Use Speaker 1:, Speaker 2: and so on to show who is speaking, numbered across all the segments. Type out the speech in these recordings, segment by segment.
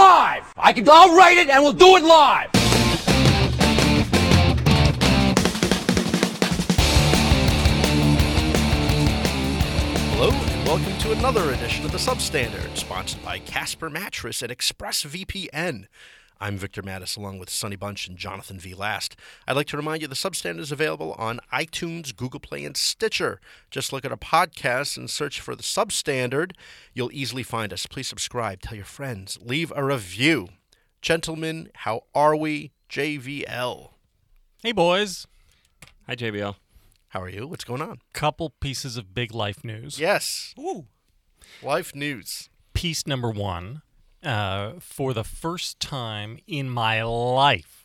Speaker 1: I can, I'll write it and we'll do it live.
Speaker 2: Hello, and welcome to another edition of The Substandard, sponsored by Casper Mattress and ExpressVPN. I'm Victor Mattis, along with Sonny Bunch and Jonathan V. Last. I'd like to remind you The Substandard is available on iTunes, Google Play, and Stitcher. Just look at our podcast and search for The Substandard. You'll easily find us. Please subscribe, tell your friends, leave a review. Gentlemen, how are we? JVL.
Speaker 3: Hey, boys. Hi, JBL.
Speaker 2: How are you? What's going on?
Speaker 3: Couple pieces of big life news.
Speaker 2: Yes,
Speaker 3: Ooh.
Speaker 2: life news.
Speaker 3: Piece number one. Uh, for the first time in my life,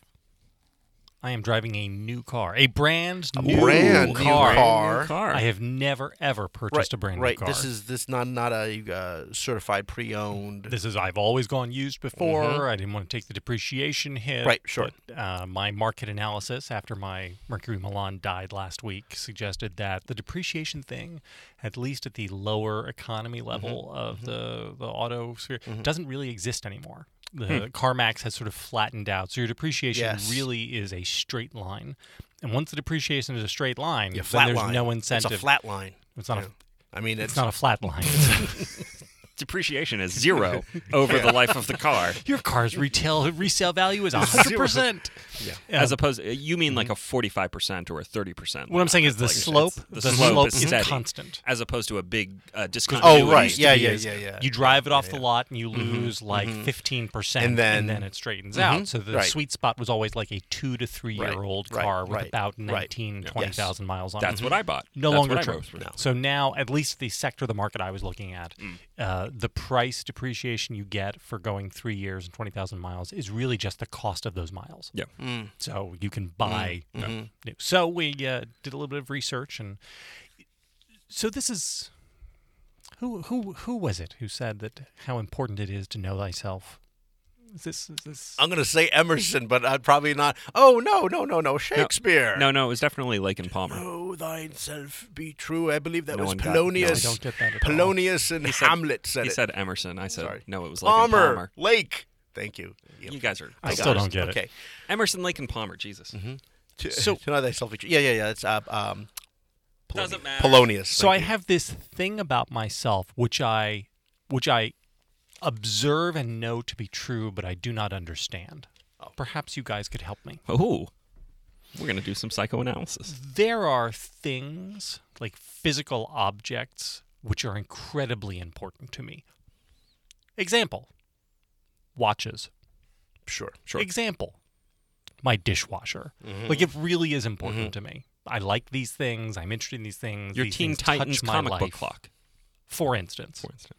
Speaker 3: I am driving a new car, a brand new
Speaker 2: brand new
Speaker 3: car.
Speaker 2: car.
Speaker 3: I have never ever purchased a brand
Speaker 2: right.
Speaker 3: new car.
Speaker 2: This is this not not a uh, certified pre-owned.
Speaker 3: This is I've always gone used before. I didn't want to take the depreciation hit.
Speaker 2: Mm-hmm. Right, sure.
Speaker 3: but, uh, my market analysis after my Mercury Milan died last week suggested that the depreciation thing, at least at the lower economy
Speaker 2: Mm-hmm.
Speaker 3: level of the the auto sphere, doesn't really exist anymore. The CarMax has sort of flattened out, so your depreciation
Speaker 2: Hmm. Yes.
Speaker 3: really is a straight line. And once the depreciation is a straight line,
Speaker 2: Yeah,
Speaker 3: then
Speaker 2: flat
Speaker 3: there's
Speaker 2: line.
Speaker 3: no
Speaker 2: It's
Speaker 3: incentive.
Speaker 2: a flat line.
Speaker 3: It's not a-
Speaker 2: Yeah. I mean, it's,
Speaker 3: it's not a flat line.
Speaker 4: depreciation is zero over the life of the car.
Speaker 3: your car's retail resale value is 100%.
Speaker 4: As opposed, uh, you mean like a forty-five percent or a thirty percent?
Speaker 3: Mm-hmm. What I'm saying is the slope.
Speaker 4: the, slope, is steady,
Speaker 3: constant.
Speaker 4: as opposed to a big uh, discontinuity.
Speaker 2: Oh, right.
Speaker 3: used to
Speaker 2: Yeah,
Speaker 3: be
Speaker 2: yeah,
Speaker 3: is
Speaker 2: yeah, yeah. Mm-hmm,
Speaker 3: You drive it off the lot and you lose like 15%,
Speaker 2: And then-
Speaker 3: it straightens
Speaker 2: Mhm.
Speaker 3: out. So the
Speaker 2: Right.
Speaker 3: sweet spot was always like a two to three
Speaker 2: Right,
Speaker 3: year old
Speaker 2: right,
Speaker 3: car with
Speaker 2: right,
Speaker 3: about
Speaker 2: right.
Speaker 3: 19, 20,000 miles on it.
Speaker 4: That's what I bought.
Speaker 3: No
Speaker 4: That's
Speaker 3: longer
Speaker 4: what I
Speaker 3: true.
Speaker 4: wrote.
Speaker 3: So now, at least the sector of the market I was looking at,
Speaker 4: Mm.
Speaker 3: uh, the price depreciation you get for going three years and 20,000 miles is really just the cost of those miles.
Speaker 4: Yeah. Mm.
Speaker 3: So you can buy. new. So we uh, did a little bit of research, and so this is who who who was it who said that how important it is to know thyself? Is this is this?
Speaker 2: I'm gonna say Emerson, but I'd probably not. Oh no, no, no, no, Shakespeare.
Speaker 4: No, no, it was definitely Lake and Palmer.
Speaker 2: Know thyself, be true. I believe that
Speaker 4: No
Speaker 2: was
Speaker 4: one got- no, I
Speaker 2: Polonius.
Speaker 3: don't get that at all.
Speaker 2: Polonius and
Speaker 4: said-
Speaker 2: Hamlet said
Speaker 4: He
Speaker 2: it.
Speaker 4: said Emerson. I said
Speaker 2: Sorry.
Speaker 4: no. It was Lake
Speaker 2: Palmer,
Speaker 4: and Palmer.
Speaker 2: Lake. Thank you.
Speaker 4: You guys are
Speaker 3: I
Speaker 2: got
Speaker 3: still don't get it. Mm-hmm.
Speaker 2: okay.
Speaker 4: Emerson, Lake and Palmer. Jesus.
Speaker 2: To,
Speaker 3: So-
Speaker 2: to know thyself, be true. Yeah, yeah, yeah. It's uh, um, Polonius.
Speaker 4: Doesn't matter.
Speaker 2: Polonius.
Speaker 3: So I
Speaker 2: Thank you.
Speaker 3: have this thing about myself, which I which I observe and know to be true, but I do not understand. Perhaps you guys could help me.
Speaker 4: Oh, we're gonna do some psychoanalysis.
Speaker 3: there are things like physical objects which are incredibly important to me. Example watches.
Speaker 2: sure.
Speaker 4: Sure. Mm-hmm.
Speaker 3: Example my dishwasher. Like it really is important to me. I like these things. I'm interested in these things.
Speaker 4: Your
Speaker 3: these
Speaker 4: Teen
Speaker 3: things touch
Speaker 4: Titans
Speaker 3: my
Speaker 4: comic book
Speaker 3: life,
Speaker 4: clock,
Speaker 3: For instance,
Speaker 4: for instance.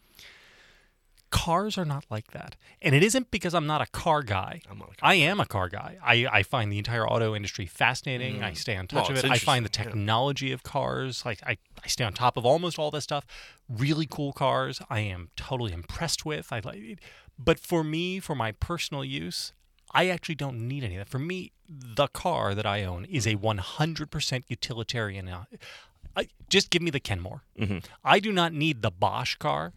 Speaker 3: cars are not like that. And it isn't because I'm not a car guy.
Speaker 2: I'm not a car
Speaker 3: I am a car guy. I, I find the entire auto industry fascinating. I stay on touch
Speaker 2: Mm. No,
Speaker 3: of
Speaker 2: it's
Speaker 3: it. I find the
Speaker 2: interesting, yeah.
Speaker 3: technology of cars. Like I, I stay on top of almost all this stuff. Really cool cars. I am totally impressed with. I like it. But for me, for my personal use, I actually don't need any of that. For me, the car that I own is a 100% utilitarian. uh, I, just give me the Kenmore. I do not need the Bosch car.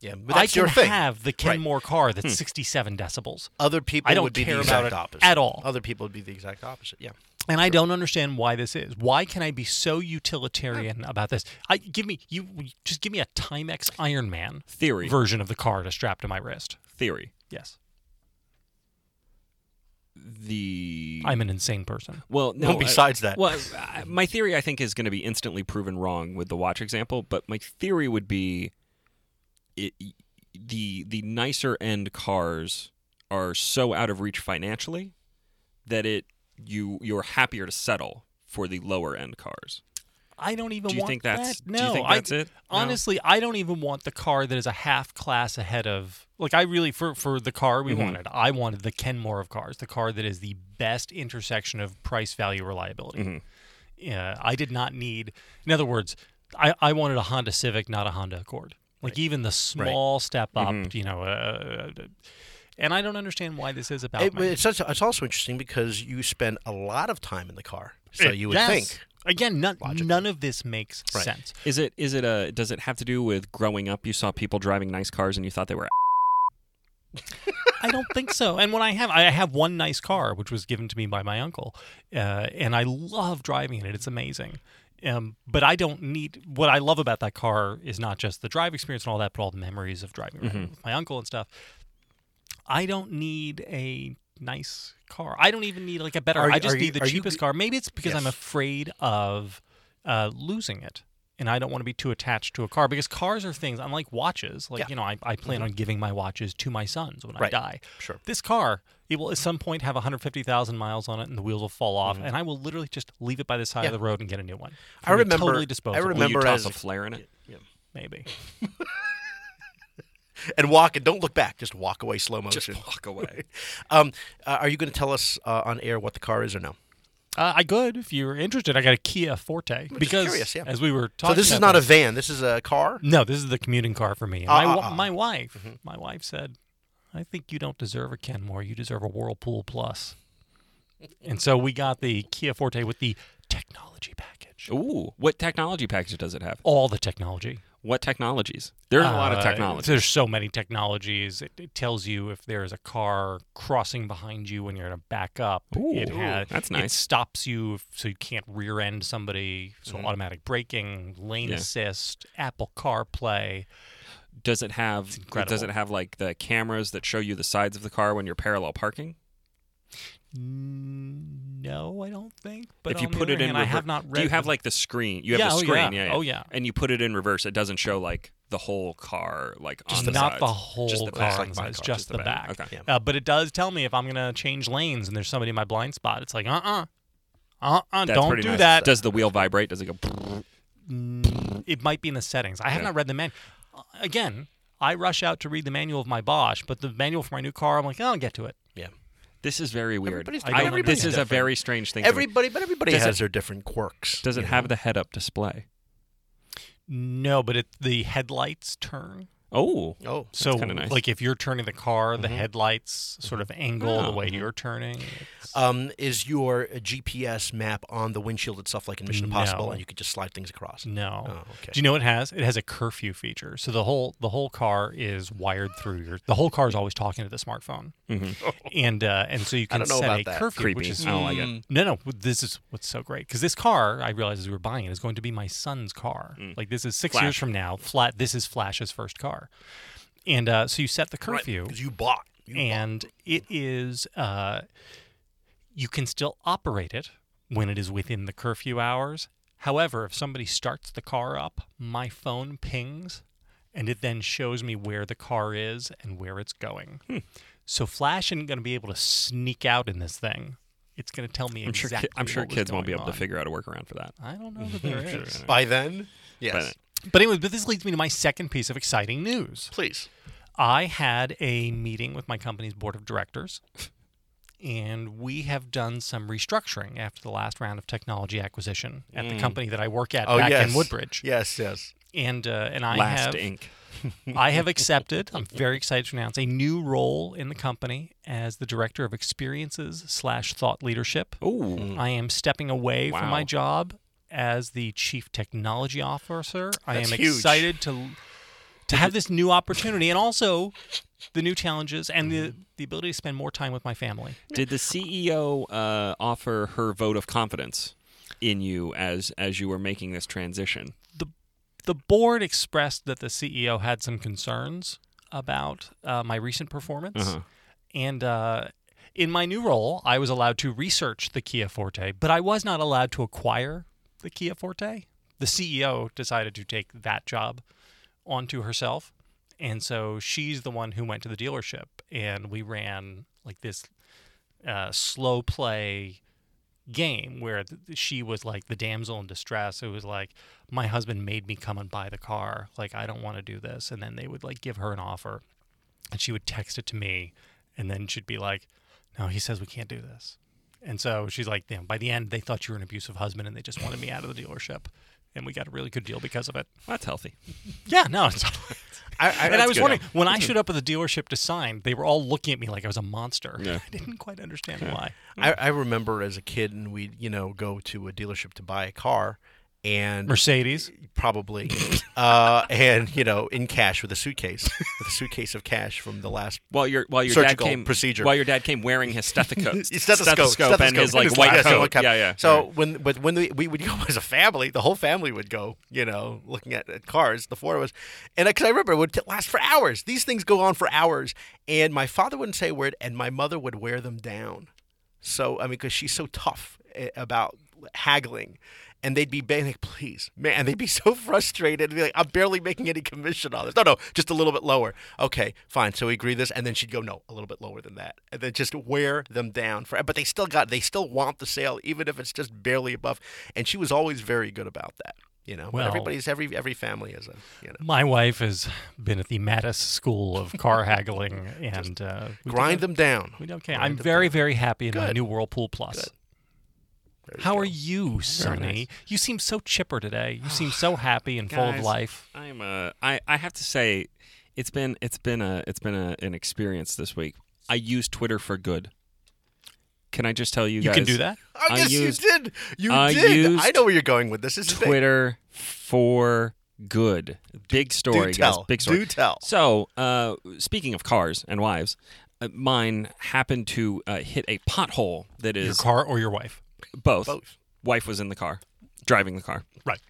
Speaker 2: Yeah, but that's
Speaker 3: I can
Speaker 2: your thing. Hmm.
Speaker 3: have the Kenmore car that's 67 decibels.
Speaker 2: Other people
Speaker 3: I don't
Speaker 2: would be
Speaker 3: care
Speaker 2: the
Speaker 3: about
Speaker 2: exact
Speaker 3: it
Speaker 2: opposite
Speaker 3: at all.
Speaker 2: Other people would be the exact opposite. Yeah.
Speaker 3: And I don't understand why this is. Why can I be so utilitarian about this? I give me you just give me a Timex Iron Man
Speaker 4: Theory.
Speaker 3: version of the car to strap to my wrist.
Speaker 4: Theory.
Speaker 3: Yes,
Speaker 4: The
Speaker 3: I'm an insane person.
Speaker 4: Well, no.
Speaker 2: Well, besides
Speaker 4: I-
Speaker 2: that.
Speaker 4: well, I- my theory I think is going to be instantly proven wrong with the watch example, but my theory would be, it, the the nicer end cars are so out of reach financially that it you you're happier to settle for the lower end cars.
Speaker 3: I don't even.
Speaker 4: Do you
Speaker 3: want
Speaker 4: think that's-
Speaker 3: that.
Speaker 4: do
Speaker 3: No,
Speaker 4: you think
Speaker 3: I-
Speaker 4: that's it? No?
Speaker 3: Honestly, I don't even want the car that is a half class ahead of. Like I really for for the car
Speaker 4: Mm-hmm.
Speaker 3: we wanted, I wanted the Kenmore of cars, the car that is the best intersection of price, value, reliability.
Speaker 4: Mm-hmm.
Speaker 3: Yeah, I did not need. In other words, I I wanted a Honda Civic, not a Honda Accord. Like even the small step up,
Speaker 4: Mm-hmm.
Speaker 3: you know. Uh, and I don't understand why this is about.
Speaker 2: It-
Speaker 3: me.
Speaker 2: it's, such, it's also interesting because you spend a lot of time in the car, so you would
Speaker 3: Eh, Yes.
Speaker 2: think.
Speaker 3: again. None none of this makes sense.
Speaker 4: Is it is it a does it have to do with growing up? You saw people driving nice cars and you thought they were.
Speaker 3: I don't think so. And when I have, I have one nice car, which was given to me by my uncle, uh, and I love driving in it. It's amazing. Um, but I don't need what I love about that car is not just the drive experience and all that, but all the memories of driving around
Speaker 2: Mm-hmm.
Speaker 3: with my uncle and stuff. I don't need a nice car. I don't even need like a better.
Speaker 2: Are you-
Speaker 3: I just
Speaker 2: are you-
Speaker 3: need the
Speaker 2: are you-
Speaker 3: cheapest car. Maybe it's because I'm
Speaker 2: Yes.
Speaker 3: afraid of uh, losing it. And I don't want to be too attached to a car because cars are things unlike watches. Like
Speaker 2: Yeah. Mm-hmm.
Speaker 3: you know, I, I plan on giving my watches to my sons when I
Speaker 2: Right.
Speaker 3: die.
Speaker 2: Sure.
Speaker 3: This car, it will at some point have 150,000 miles on it, and the wheels will fall off, and I will literally just leave it by the side
Speaker 2: Mm-hmm. Yeah.
Speaker 3: of the road and get a new one.
Speaker 2: I
Speaker 3: It'll be
Speaker 2: remember-
Speaker 3: totally
Speaker 2: I
Speaker 3: disposable.
Speaker 4: Will you
Speaker 2: remember
Speaker 4: toss
Speaker 2: as-
Speaker 4: a flare in it?
Speaker 3: maybe.
Speaker 2: and walk and don't look back. Just walk away slow
Speaker 4: Just
Speaker 2: motion.
Speaker 4: walk away.
Speaker 2: Um, uh, are you going to tell us uh, on air what the car is or no?
Speaker 3: Uh, I could if you're interested. I got a Kia Forte because
Speaker 2: curious, yeah.
Speaker 3: as we were
Speaker 2: So
Speaker 3: talking,
Speaker 2: this is
Speaker 3: about
Speaker 2: not a van. This is a car.
Speaker 3: No, this is the commuting car for me. And
Speaker 2: Ah,
Speaker 3: my, wa-
Speaker 2: ah, ah.
Speaker 3: my wife, my wife said, "I think you don't deserve a Kenmore. You deserve a Whirlpool Plus." and so we got the Kia Forte with the technology package.
Speaker 4: Ooh, what technology package does it have?
Speaker 3: All the technology.
Speaker 4: What technologies? There's a lot of
Speaker 3: Uh,
Speaker 4: technology.
Speaker 3: There's so many technologies. It, it tells you if there is a car crossing behind you when you're going to back up. it
Speaker 4: Ooh,
Speaker 3: It
Speaker 4: that's nice.
Speaker 3: stops you if- so you can't rear end somebody. So automatic braking, lane
Speaker 4: Mm-hmm. Yeah.
Speaker 3: assist, Apple CarPlay.
Speaker 4: Does it have?
Speaker 3: incredible.
Speaker 4: Does it have like the cameras that show you the sides of the car when you're parallel parking?
Speaker 3: Mm, No, I don't think. But
Speaker 4: if you
Speaker 3: on the
Speaker 4: put
Speaker 3: other
Speaker 4: it in,
Speaker 3: hand,
Speaker 4: rever-
Speaker 3: I have not read.
Speaker 4: Do you have
Speaker 3: the-
Speaker 4: like the screen? You have
Speaker 3: Yeah,
Speaker 4: the
Speaker 3: oh,
Speaker 4: screen,
Speaker 3: yeah.
Speaker 4: yeah.
Speaker 3: Oh, yeah.
Speaker 4: And you put it in reverse. It doesn't show like the whole car, like on the
Speaker 3: not
Speaker 4: sides.
Speaker 3: the whole
Speaker 4: just the
Speaker 3: car,
Speaker 4: back.
Speaker 3: on the sides, just the back.
Speaker 4: Okay.
Speaker 3: Uh, but it does tell me if I'm gonna change lanes and there's somebody in my blind spot. It's like, uh, uh-uh, uh,
Speaker 4: That's
Speaker 3: don't
Speaker 4: pretty
Speaker 3: do
Speaker 4: nice.
Speaker 3: that.
Speaker 4: Does the wheel vibrate? Does it go?
Speaker 3: Mm, it might be in the settings. I have not read the manual. Again, I rush out to read the manual of my Bosch, but the manual for my new car, I'm like, I'll get to it.
Speaker 2: Yeah.
Speaker 4: This is very weird.
Speaker 2: Everybody's
Speaker 4: I-
Speaker 2: different.
Speaker 4: this is a
Speaker 2: Everybody's
Speaker 4: very strange thing. to me.
Speaker 2: Everybody, but everybody
Speaker 4: Does
Speaker 2: has
Speaker 4: it-
Speaker 2: their different quirks.
Speaker 4: Does it have the head-up display?
Speaker 3: No, but it, the headlights turn.
Speaker 4: Oh,
Speaker 2: Oh,
Speaker 3: So,
Speaker 4: kinda nice. Mm-hmm.
Speaker 3: like, if you're turning the car, the headlights sort of angle the
Speaker 4: Oh.
Speaker 3: way you're turning. It's-
Speaker 2: um, is your GPS map on the windshield itself like in Mission Impossible,
Speaker 3: No.
Speaker 2: and you could just slide things across?
Speaker 3: No.
Speaker 2: Oh, okay.
Speaker 3: Do you know what it has? It has a curfew feature. So the whole the whole car is wired through your the whole car is always talking to the smartphone. And uh, and so you
Speaker 2: Mm-hmm. I don't
Speaker 3: can
Speaker 2: know
Speaker 3: set
Speaker 2: about
Speaker 3: a
Speaker 2: that.
Speaker 3: curfew
Speaker 4: creepy.
Speaker 3: which is Mm.
Speaker 4: I don't like it.
Speaker 3: No, no, this is what's so great cuz this car I realized as we were buying it is going to be my son's car.
Speaker 2: Mm.
Speaker 3: Like this is 6 years
Speaker 4: Flash.
Speaker 3: from now. Flat this is Flash's first car. And uh, so you set the curfew
Speaker 2: Because you bought. You
Speaker 3: and it is uh, you can still operate it when it is within the curfew hours. However, if somebody starts the car up, my phone pings and it then shows me where the car is and where it's going.
Speaker 4: Hmm.
Speaker 3: So Flash isn't going to be able to sneak out in this thing. It's going to tell me
Speaker 4: I'm sure.
Speaker 3: exactly.
Speaker 4: ki- I'm sure
Speaker 3: what was
Speaker 4: kids won't be
Speaker 3: going
Speaker 4: able
Speaker 3: on.
Speaker 4: to figure out a workaround for that.
Speaker 3: I don't know that there
Speaker 4: sure.
Speaker 3: is.
Speaker 2: bought. by then. Yes,
Speaker 4: then.
Speaker 3: But anyway, but this leads me to my second piece of exciting news.
Speaker 2: please.
Speaker 3: I had a meeting with my company's board of directors, and we have done some restructuring after the last round of technology acquisition at the company that I work at
Speaker 2: Mm. Oh
Speaker 3: back
Speaker 2: yes,
Speaker 3: in Woodbridge.
Speaker 2: Yes, yes.
Speaker 3: And uh, and I
Speaker 4: Last
Speaker 3: have
Speaker 4: ink.
Speaker 3: I have accepted. I'm very excited to announce a new role in the company as the director of experiences slash thought leadership.
Speaker 2: Mm.
Speaker 4: Ooh,
Speaker 3: I am stepping away from my
Speaker 4: Wow.
Speaker 3: job as the chief technology officer. I am
Speaker 2: That's huge.
Speaker 3: excited to to have this new opportunity and also the new challenges and
Speaker 2: Mm-hmm.
Speaker 3: the, the ability to spend more time with my family.
Speaker 4: did the CEO uh, offer her vote of confidence in you as as you were making this transition?
Speaker 3: The board expressed that the CEO had some concerns about uh, my recent performance.
Speaker 4: Uh-huh.
Speaker 3: And uh, in my new role, I was allowed to research the Kia Forte, but I was not allowed to acquire the Kia Forte. The CEO decided to take that job onto herself. And so she's the one who went to the dealership, and we ran like this uh, slow play game where th- she was like the damsel in distress who was like my husband made me come and buy the car like i don't want to do this and then they would like give her an offer and she would text it to me and then she'd be like no he says we can't do this and so she's like you know, by the end they thought you were an abusive husband and they just wanted me out of the dealership and we got a really good deal because of it
Speaker 4: That's healthy.
Speaker 3: yeah no it's
Speaker 2: I, I,
Speaker 3: and I was wondering when I showed up at the dealership to sign, they were all looking at me like I was a monster.
Speaker 4: Yeah.
Speaker 3: I didn't quite understand why.
Speaker 2: I, I remember as a kid, and we'd you know go to a dealership to buy a car, and
Speaker 3: Mercedes.
Speaker 2: probably, uh, and you know, in cash with a suitcase, with a suitcase of cash from the last
Speaker 4: While your while your
Speaker 2: Surgical
Speaker 4: dad came
Speaker 2: procedure.
Speaker 4: While your dad came wearing his stethoscope,
Speaker 2: stethoscope,
Speaker 4: and his like
Speaker 2: and
Speaker 4: white
Speaker 2: glasses,
Speaker 4: coat.
Speaker 2: white
Speaker 4: Yeah, yeah.
Speaker 2: So when but when the, we would go as a family, the whole family would go. You know, looking at, at cars, the four of us, and because I remember it would t- last for hours. These things go on for hours, and my father wouldn't say a word, and my mother would wear them down. So I mean, because she's so tough eh, about haggling. And they'd be begging, like, please, man. And they'd be so frustrated. They'd be like, I'm barely making any commission on this. No, no, just a little bit lower. Okay, fine. So we agree this, and then she'd go, no, a little bit lower than that, and then just wear them down for. But they still got, they still want the sale, even if it's just barely above. And she was always very good about that, you know. but
Speaker 3: Well-
Speaker 2: everybody's every every family is a, you know,
Speaker 3: My wife has been at the Mattis School of Car Haggling, and uh, we did
Speaker 2: grind them down.
Speaker 3: We did okay. I'm very, very happy in my new Whirlpool Plus. How are you, Sonny? You seem so chipper today. You seem so happy and full of
Speaker 4: Guys,
Speaker 3: life.
Speaker 4: I'm uh, I I have to say, it's been it's been a it's been a, an experience this week. I use Twitter for good. Can I just tell you?
Speaker 3: You
Speaker 4: guys,
Speaker 3: can do that.
Speaker 2: Oh,
Speaker 4: I
Speaker 2: yes,
Speaker 4: used-
Speaker 2: you did. You
Speaker 4: I
Speaker 2: did. I
Speaker 4: used
Speaker 2: know where you're going with this. This is big.
Speaker 4: Twitter for good. Big story,
Speaker 2: tell.
Speaker 4: guys. Big story.
Speaker 2: Do tell.
Speaker 4: So, uh, speaking of cars and wives, uh, mine happened to uh, hit a pothole that
Speaker 3: Your
Speaker 4: is
Speaker 3: car or your wife?
Speaker 4: both.
Speaker 2: Both.
Speaker 4: Wife was in the car, driving the car.
Speaker 3: Right.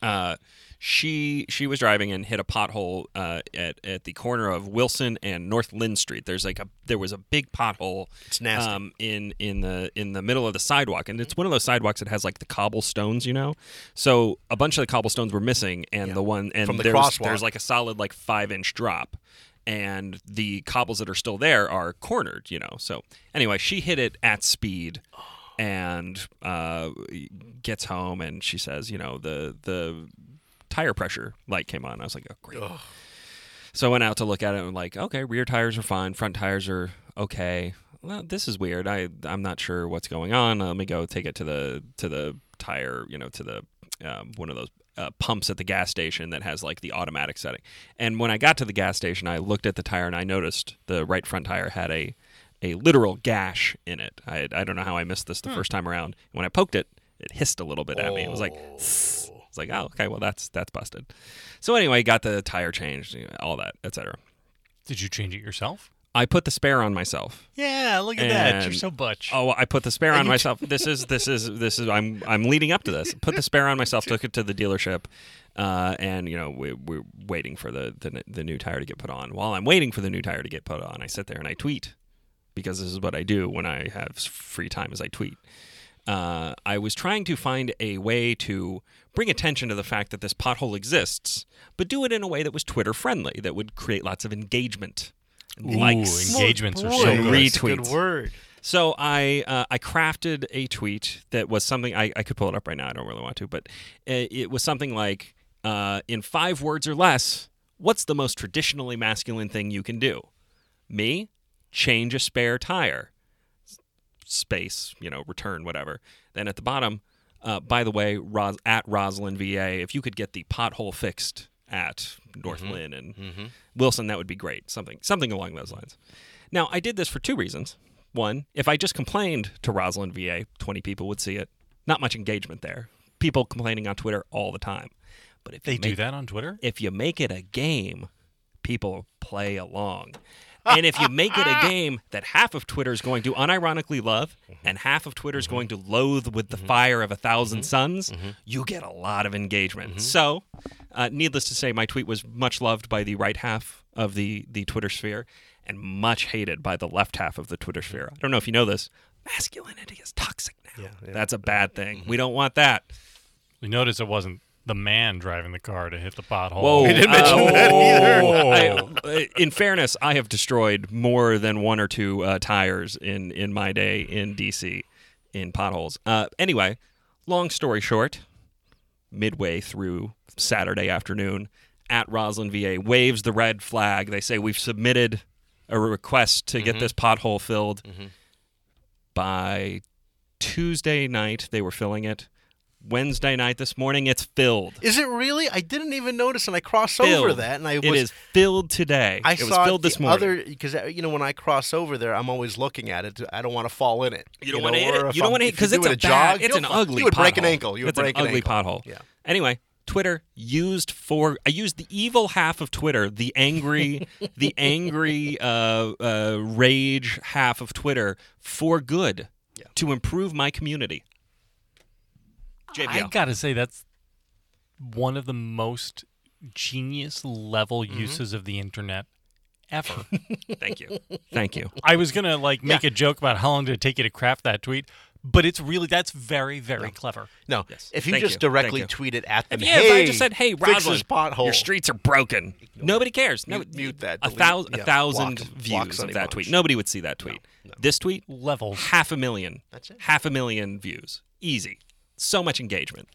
Speaker 4: Uh, she she was driving and hit a pothole uh, at at the corner of Wilson and North Lynn Street. There's like a there was a big pothole.
Speaker 2: It's nasty.
Speaker 4: Um, in in the in the middle of the sidewalk, and it's one of those sidewalks that has like the cobblestones, you know. So a bunch of the cobblestones were missing, and the one and
Speaker 2: From the
Speaker 4: there's,
Speaker 2: crosswalk.
Speaker 4: there's like a solid like five inch drop, and the cobbles that are still there are cornered, you know. So anyway, she hit it at speed. And uh, gets home, and she says, "You know, the the tire pressure light came on. I was like, oh, great. So I went out to look at it and like, okay, rear tires are fine, front tires are okay. Well, this is weird. I I'm not sure what's going on. Let me go take it to the to the tire, you know, to the um, one of those uh, pumps at the gas station that has like the automatic setting. And when I got to the gas station, I looked at the tire and I noticed the right front tire had a a literal gash in it. I I don't know how I missed this the first time around. When I poked it, it hissed a little bit at me. It was like. "Tss." It's like, oh, okay, well that's that's busted. So anyway, got the tire changed, you know, all that, etc.
Speaker 3: Did you change it yourself?
Speaker 4: I put the spare on myself.
Speaker 3: Yeah, look at that.
Speaker 4: that.
Speaker 3: You're
Speaker 4: You're
Speaker 3: so
Speaker 4: so
Speaker 3: butch.
Speaker 4: Oh, I put the spare on myself. This is this is this is I'm I'm leading up to this. Put the spare on myself. Took it to the dealership, uh, and you know we, we're waiting for the, the the new tire to get put on. While I'm waiting for the new tire to get put on, I sit there and I tweet because this is what I do when I have s- free time. Is I tweet. Uh, I was trying to find a way to bring attention to the fact that this pothole exists, but do it in a way that was Twitter friendly, that would create lots of engagement, likes,
Speaker 3: engagements are
Speaker 2: Boy,
Speaker 3: so
Speaker 4: boy.
Speaker 3: good.
Speaker 4: Read-
Speaker 2: that's a Good
Speaker 4: Retweets.
Speaker 2: word.
Speaker 4: so I uh, I crafted a tweet that was something I, I could pull it up right now. I don't really want to, but uh, it was something like uh, in five words or less. What's the most traditionally masculine thing you can do? Me, change a spare tire. S- Space, you know, return whatever. Then at the bottom, uh, by the way, Ros- at Roslyn VA, if you could get the pothole fixed at North
Speaker 3: Mm-hmm.
Speaker 4: Lynn and Wilson, that would be great. Something something along those lines. Now, I did this for two reasons. One, if I just complained to Roslyn VA, 20 people would see it. Not much engagement there. People complaining on Twitter all the time. But if
Speaker 3: They
Speaker 4: you
Speaker 3: do
Speaker 4: make-
Speaker 3: that on Twitter?
Speaker 4: if you make it a game, people play along. And if you make it a game that half of Twitter is going to unironically love and half of Twitter is going to loathe with the fire of a 1000 suns, you get a lot of engagement. So, uh, needless to say, my tweet was much loved by the right half of the, the Twitter sphere and much hated by the left half of the Twitter sphere. I don't know if you know this. Masculinity is toxic now. That's a bad thing. We don't want that.
Speaker 3: You notice it wasn't the man driving the car to hit the pothole.
Speaker 4: Whoa!
Speaker 2: Oh. didn't mention that
Speaker 4: either. in fairness, I have destroyed more than one or two uh, tires in in my day in DC in potholes. Uh, anyway, long story short, midway through Saturday afternoon, at Roslyn VA waves the red flag. They say we've submitted a request to
Speaker 2: Mm-hmm.
Speaker 4: get this pothole filled. By Tuesday night, they were filling it. Wednesday night this morning, it's filled.
Speaker 2: Is it really? I didn't even notice, and I crossed over
Speaker 4: Filled.
Speaker 2: that, and I
Speaker 4: it
Speaker 2: was.
Speaker 4: is filled today.
Speaker 2: I
Speaker 4: it
Speaker 2: saw
Speaker 4: was filled
Speaker 2: the
Speaker 4: this morning.
Speaker 2: other because you know when I cross over there, I'm always looking at it. I don't want to fall in it.
Speaker 4: You don't want to hit
Speaker 2: or
Speaker 4: it.
Speaker 2: if
Speaker 4: You don't
Speaker 2: I'm-
Speaker 4: want to
Speaker 2: if you
Speaker 4: hit because
Speaker 2: do
Speaker 4: it's
Speaker 2: it
Speaker 4: a
Speaker 2: at jog,
Speaker 4: bad. It's
Speaker 2: you'll
Speaker 4: an
Speaker 2: fu-
Speaker 4: ugly.
Speaker 2: You would break an
Speaker 4: pothole.
Speaker 2: ankle. You would
Speaker 4: It's
Speaker 2: break
Speaker 4: an ugly
Speaker 2: ankle.
Speaker 4: pothole.
Speaker 2: Yeah.
Speaker 4: Anyway, Twitter used for I used the evil half of Twitter, the angry, the angry uh, uh, rage half of Twitter for good to improve my community.
Speaker 3: I
Speaker 4: JBL.
Speaker 3: gotta say that's one of the most genius level
Speaker 2: Mm-hmm.
Speaker 3: uses of the internet ever.
Speaker 4: Thank you. Thank you.
Speaker 3: I was gonna like make a joke about how long did it take you to craft that tweet, but it's really that's very very clever.
Speaker 2: No,
Speaker 4: Yes.
Speaker 2: if you
Speaker 4: Thank
Speaker 2: just
Speaker 4: you.
Speaker 2: directly
Speaker 4: Thank you.
Speaker 2: tweet it at them,
Speaker 4: Yeah, if
Speaker 2: hey,
Speaker 4: I just said, "Hey,
Speaker 2: fix this
Speaker 4: Rosalind,
Speaker 2: pothole."
Speaker 4: your streets are broken." Nobody cares. No,
Speaker 2: Mute- mute that.
Speaker 4: A,
Speaker 2: Delete.
Speaker 4: thou-
Speaker 2: Yeah,
Speaker 4: a thousand
Speaker 2: block- block
Speaker 4: views
Speaker 2: Sonny
Speaker 4: of that
Speaker 2: Bunch.
Speaker 4: tweet. Nobody would see that tweet. This tweet,
Speaker 3: Level
Speaker 4: half a million.
Speaker 2: That's it.
Speaker 4: Half a million views. Easy. So much engagement.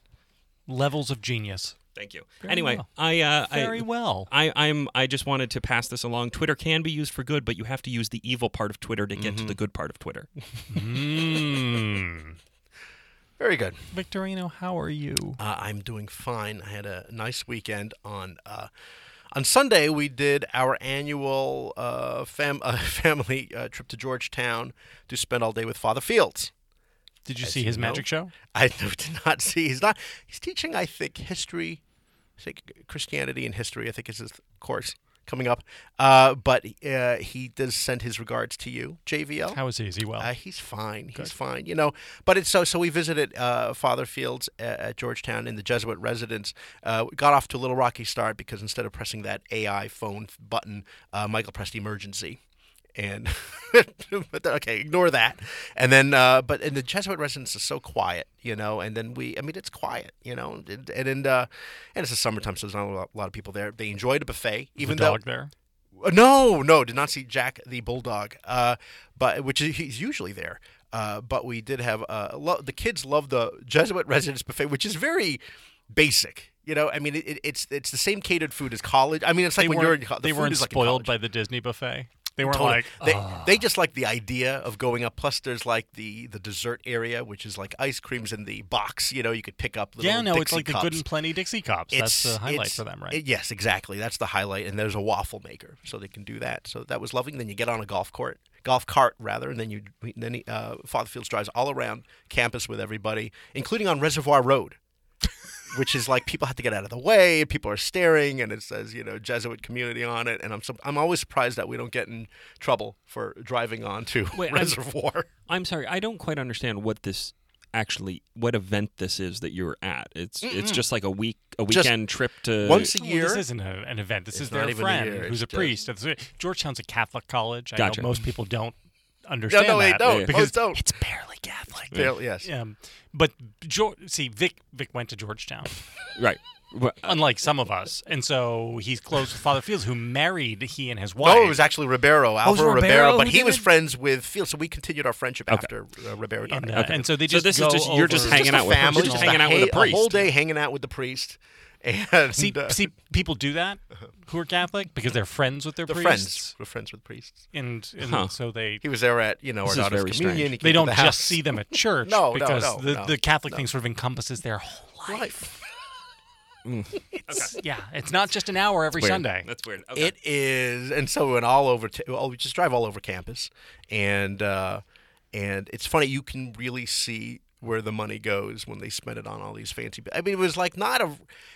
Speaker 3: levels of genius.
Speaker 4: Thank you. anyway,
Speaker 3: well.
Speaker 4: I uh,
Speaker 3: Very
Speaker 4: I,
Speaker 3: well.
Speaker 4: I I'm I just wanted to pass this along. Twitter can be used for good, but you have to use the evil part of Twitter to get to
Speaker 2: Mm-hmm.
Speaker 4: the good part of Twitter.
Speaker 2: Very good.
Speaker 3: Victorino, how are you?
Speaker 2: Uh, I'm doing fine. I had a nice weekend on. Uh, on Sunday, we did our annual uh, fam- uh, family uh, trip to Georgetown to spend all day with Father Fields.
Speaker 3: Did you see his
Speaker 2: you know-
Speaker 3: magic show?
Speaker 2: I did not see. He's not. He's teaching, I think, history. I think Christianity and history. I think is his course coming up. Uh, but uh, he does send his regards to you, JVL.
Speaker 3: How is he? Is he well?
Speaker 2: Uh, he's fine. He's fine. You know, but it's so. So we visited uh, Father Fields at, at Georgetown in the Jesuit residence. Uh, we got off to a little rocky start because instead of pressing that AI phone button, uh, Michael pressed emergency. And but okay, ignore that. And then, uh, but in the Jesuit residence is so quiet, you know. And then we, I mean, it's quiet, you know. And and, and, uh, and it's the summertime, so there's not a lot- lot of people there. They enjoyed a buffet,
Speaker 3: the
Speaker 2: even though
Speaker 3: dog there.
Speaker 2: uh, No, no, did not see Jack the Bulldog, uh, but which is, he's usually there. Uh, but we did have uh, lo- the kids love the Jesuit residence buffet, which is very basic. You know, I mean, it, it's it's the same catered food as college. I mean, it's like
Speaker 3: They
Speaker 2: when you're
Speaker 3: weren't,
Speaker 2: in co- the
Speaker 3: they
Speaker 2: food
Speaker 3: weren't
Speaker 2: is like in college.
Speaker 3: spoiled by the Disney buffet. They weren't
Speaker 2: Totally. Oh,
Speaker 3: like "Ah."
Speaker 2: they, they just like the idea of going up. Plus, there's like the the dessert area, which is like ice creams in the box. You know, you could pick up. Little
Speaker 3: Yeah, no, it's
Speaker 2: Dixie
Speaker 3: like
Speaker 2: cups.
Speaker 3: the Good and Plenty Dixie Cops. That's
Speaker 2: It's-
Speaker 3: the highlight
Speaker 2: it's-
Speaker 3: for them, right?
Speaker 2: it- yes, exactly. That's the highlight, and there's a waffle maker, so they can do that. So that was lovely. And then you get on a golf court, golf cart rather, and then you then he, uh, Father Fields drives all around campus with everybody, including on Reservoir Road. Which is like people have to get out of the way. People are staring, and it says you know Jesuit community on it. And I'm so, I'm always surprised that we don't get in trouble for driving onto
Speaker 4: Wait, I'm-
Speaker 2: Reservoir.
Speaker 4: I'm sorry, I don't quite understand what this actually what event this is that you're at. It's it's just like a week a
Speaker 2: Just
Speaker 4: weekend trip to
Speaker 2: Once a
Speaker 3: Well,
Speaker 2: year,
Speaker 3: this isn't a, an event. This is
Speaker 2: not
Speaker 3: their
Speaker 2: even a
Speaker 3: friend
Speaker 2: year,
Speaker 3: who's a
Speaker 2: it's
Speaker 3: priest. That's- Georgetown's a Catholic college. I
Speaker 4: Gotcha.
Speaker 3: know most people don't understand
Speaker 2: no, they
Speaker 3: that
Speaker 2: don't.
Speaker 3: because
Speaker 2: Most don't.
Speaker 3: it's barely Catholic.
Speaker 2: Barely- yes,
Speaker 3: Um, but Geor see, Vic Vic went to Georgetown,
Speaker 4: right. Well, uh,
Speaker 3: unlike some of us, and so he's close with Father Fields, who married he and his wife.
Speaker 2: No, Oh, it was actually Ribeiro,
Speaker 4: Oh, was
Speaker 2: Alvaro
Speaker 4: Ribeiro
Speaker 2: Ribeiro,
Speaker 4: who
Speaker 2: but he
Speaker 4: did
Speaker 2: was
Speaker 4: it?
Speaker 2: friends with Field, so we continued our friendship after uh, Ribeiro died.
Speaker 3: and, uh, and so they
Speaker 4: So
Speaker 3: just
Speaker 4: this is
Speaker 3: go
Speaker 4: just- you're just
Speaker 3: over-
Speaker 4: hanging
Speaker 2: just a
Speaker 4: out with-
Speaker 2: family,
Speaker 4: you're just
Speaker 2: just
Speaker 4: hanging
Speaker 2: a
Speaker 4: out with
Speaker 2: hey-
Speaker 4: a priest.
Speaker 2: whole day hanging out with the priest, and
Speaker 3: See,
Speaker 2: uh,
Speaker 3: see, people do that who are Catholic because they're friends with their
Speaker 2: the
Speaker 3: priests,
Speaker 2: friends. We're friends with priests.
Speaker 3: and, and
Speaker 4: Huh.
Speaker 3: so they
Speaker 2: He was there at you know
Speaker 4: This
Speaker 2: our
Speaker 4: is
Speaker 2: daughter's
Speaker 4: very
Speaker 2: communion.
Speaker 4: strange.
Speaker 2: He came
Speaker 3: they
Speaker 2: to
Speaker 3: don't
Speaker 2: the
Speaker 3: just
Speaker 2: house.
Speaker 3: see them at church
Speaker 2: No, no,
Speaker 3: because
Speaker 2: no,
Speaker 3: the,
Speaker 2: no,
Speaker 3: the Catholic thing sort of encompasses their whole life.
Speaker 2: life.
Speaker 3: It's- Yeah, it's not just an hour every
Speaker 4: weird.
Speaker 3: Sunday.
Speaker 4: That's weird. Okay.
Speaker 2: It is, and so we went all over. T- well, we just drive all over campus, and uh, and it's funny. You can really see where the money goes when they spend it on all these fancy. I mean, it was like not a,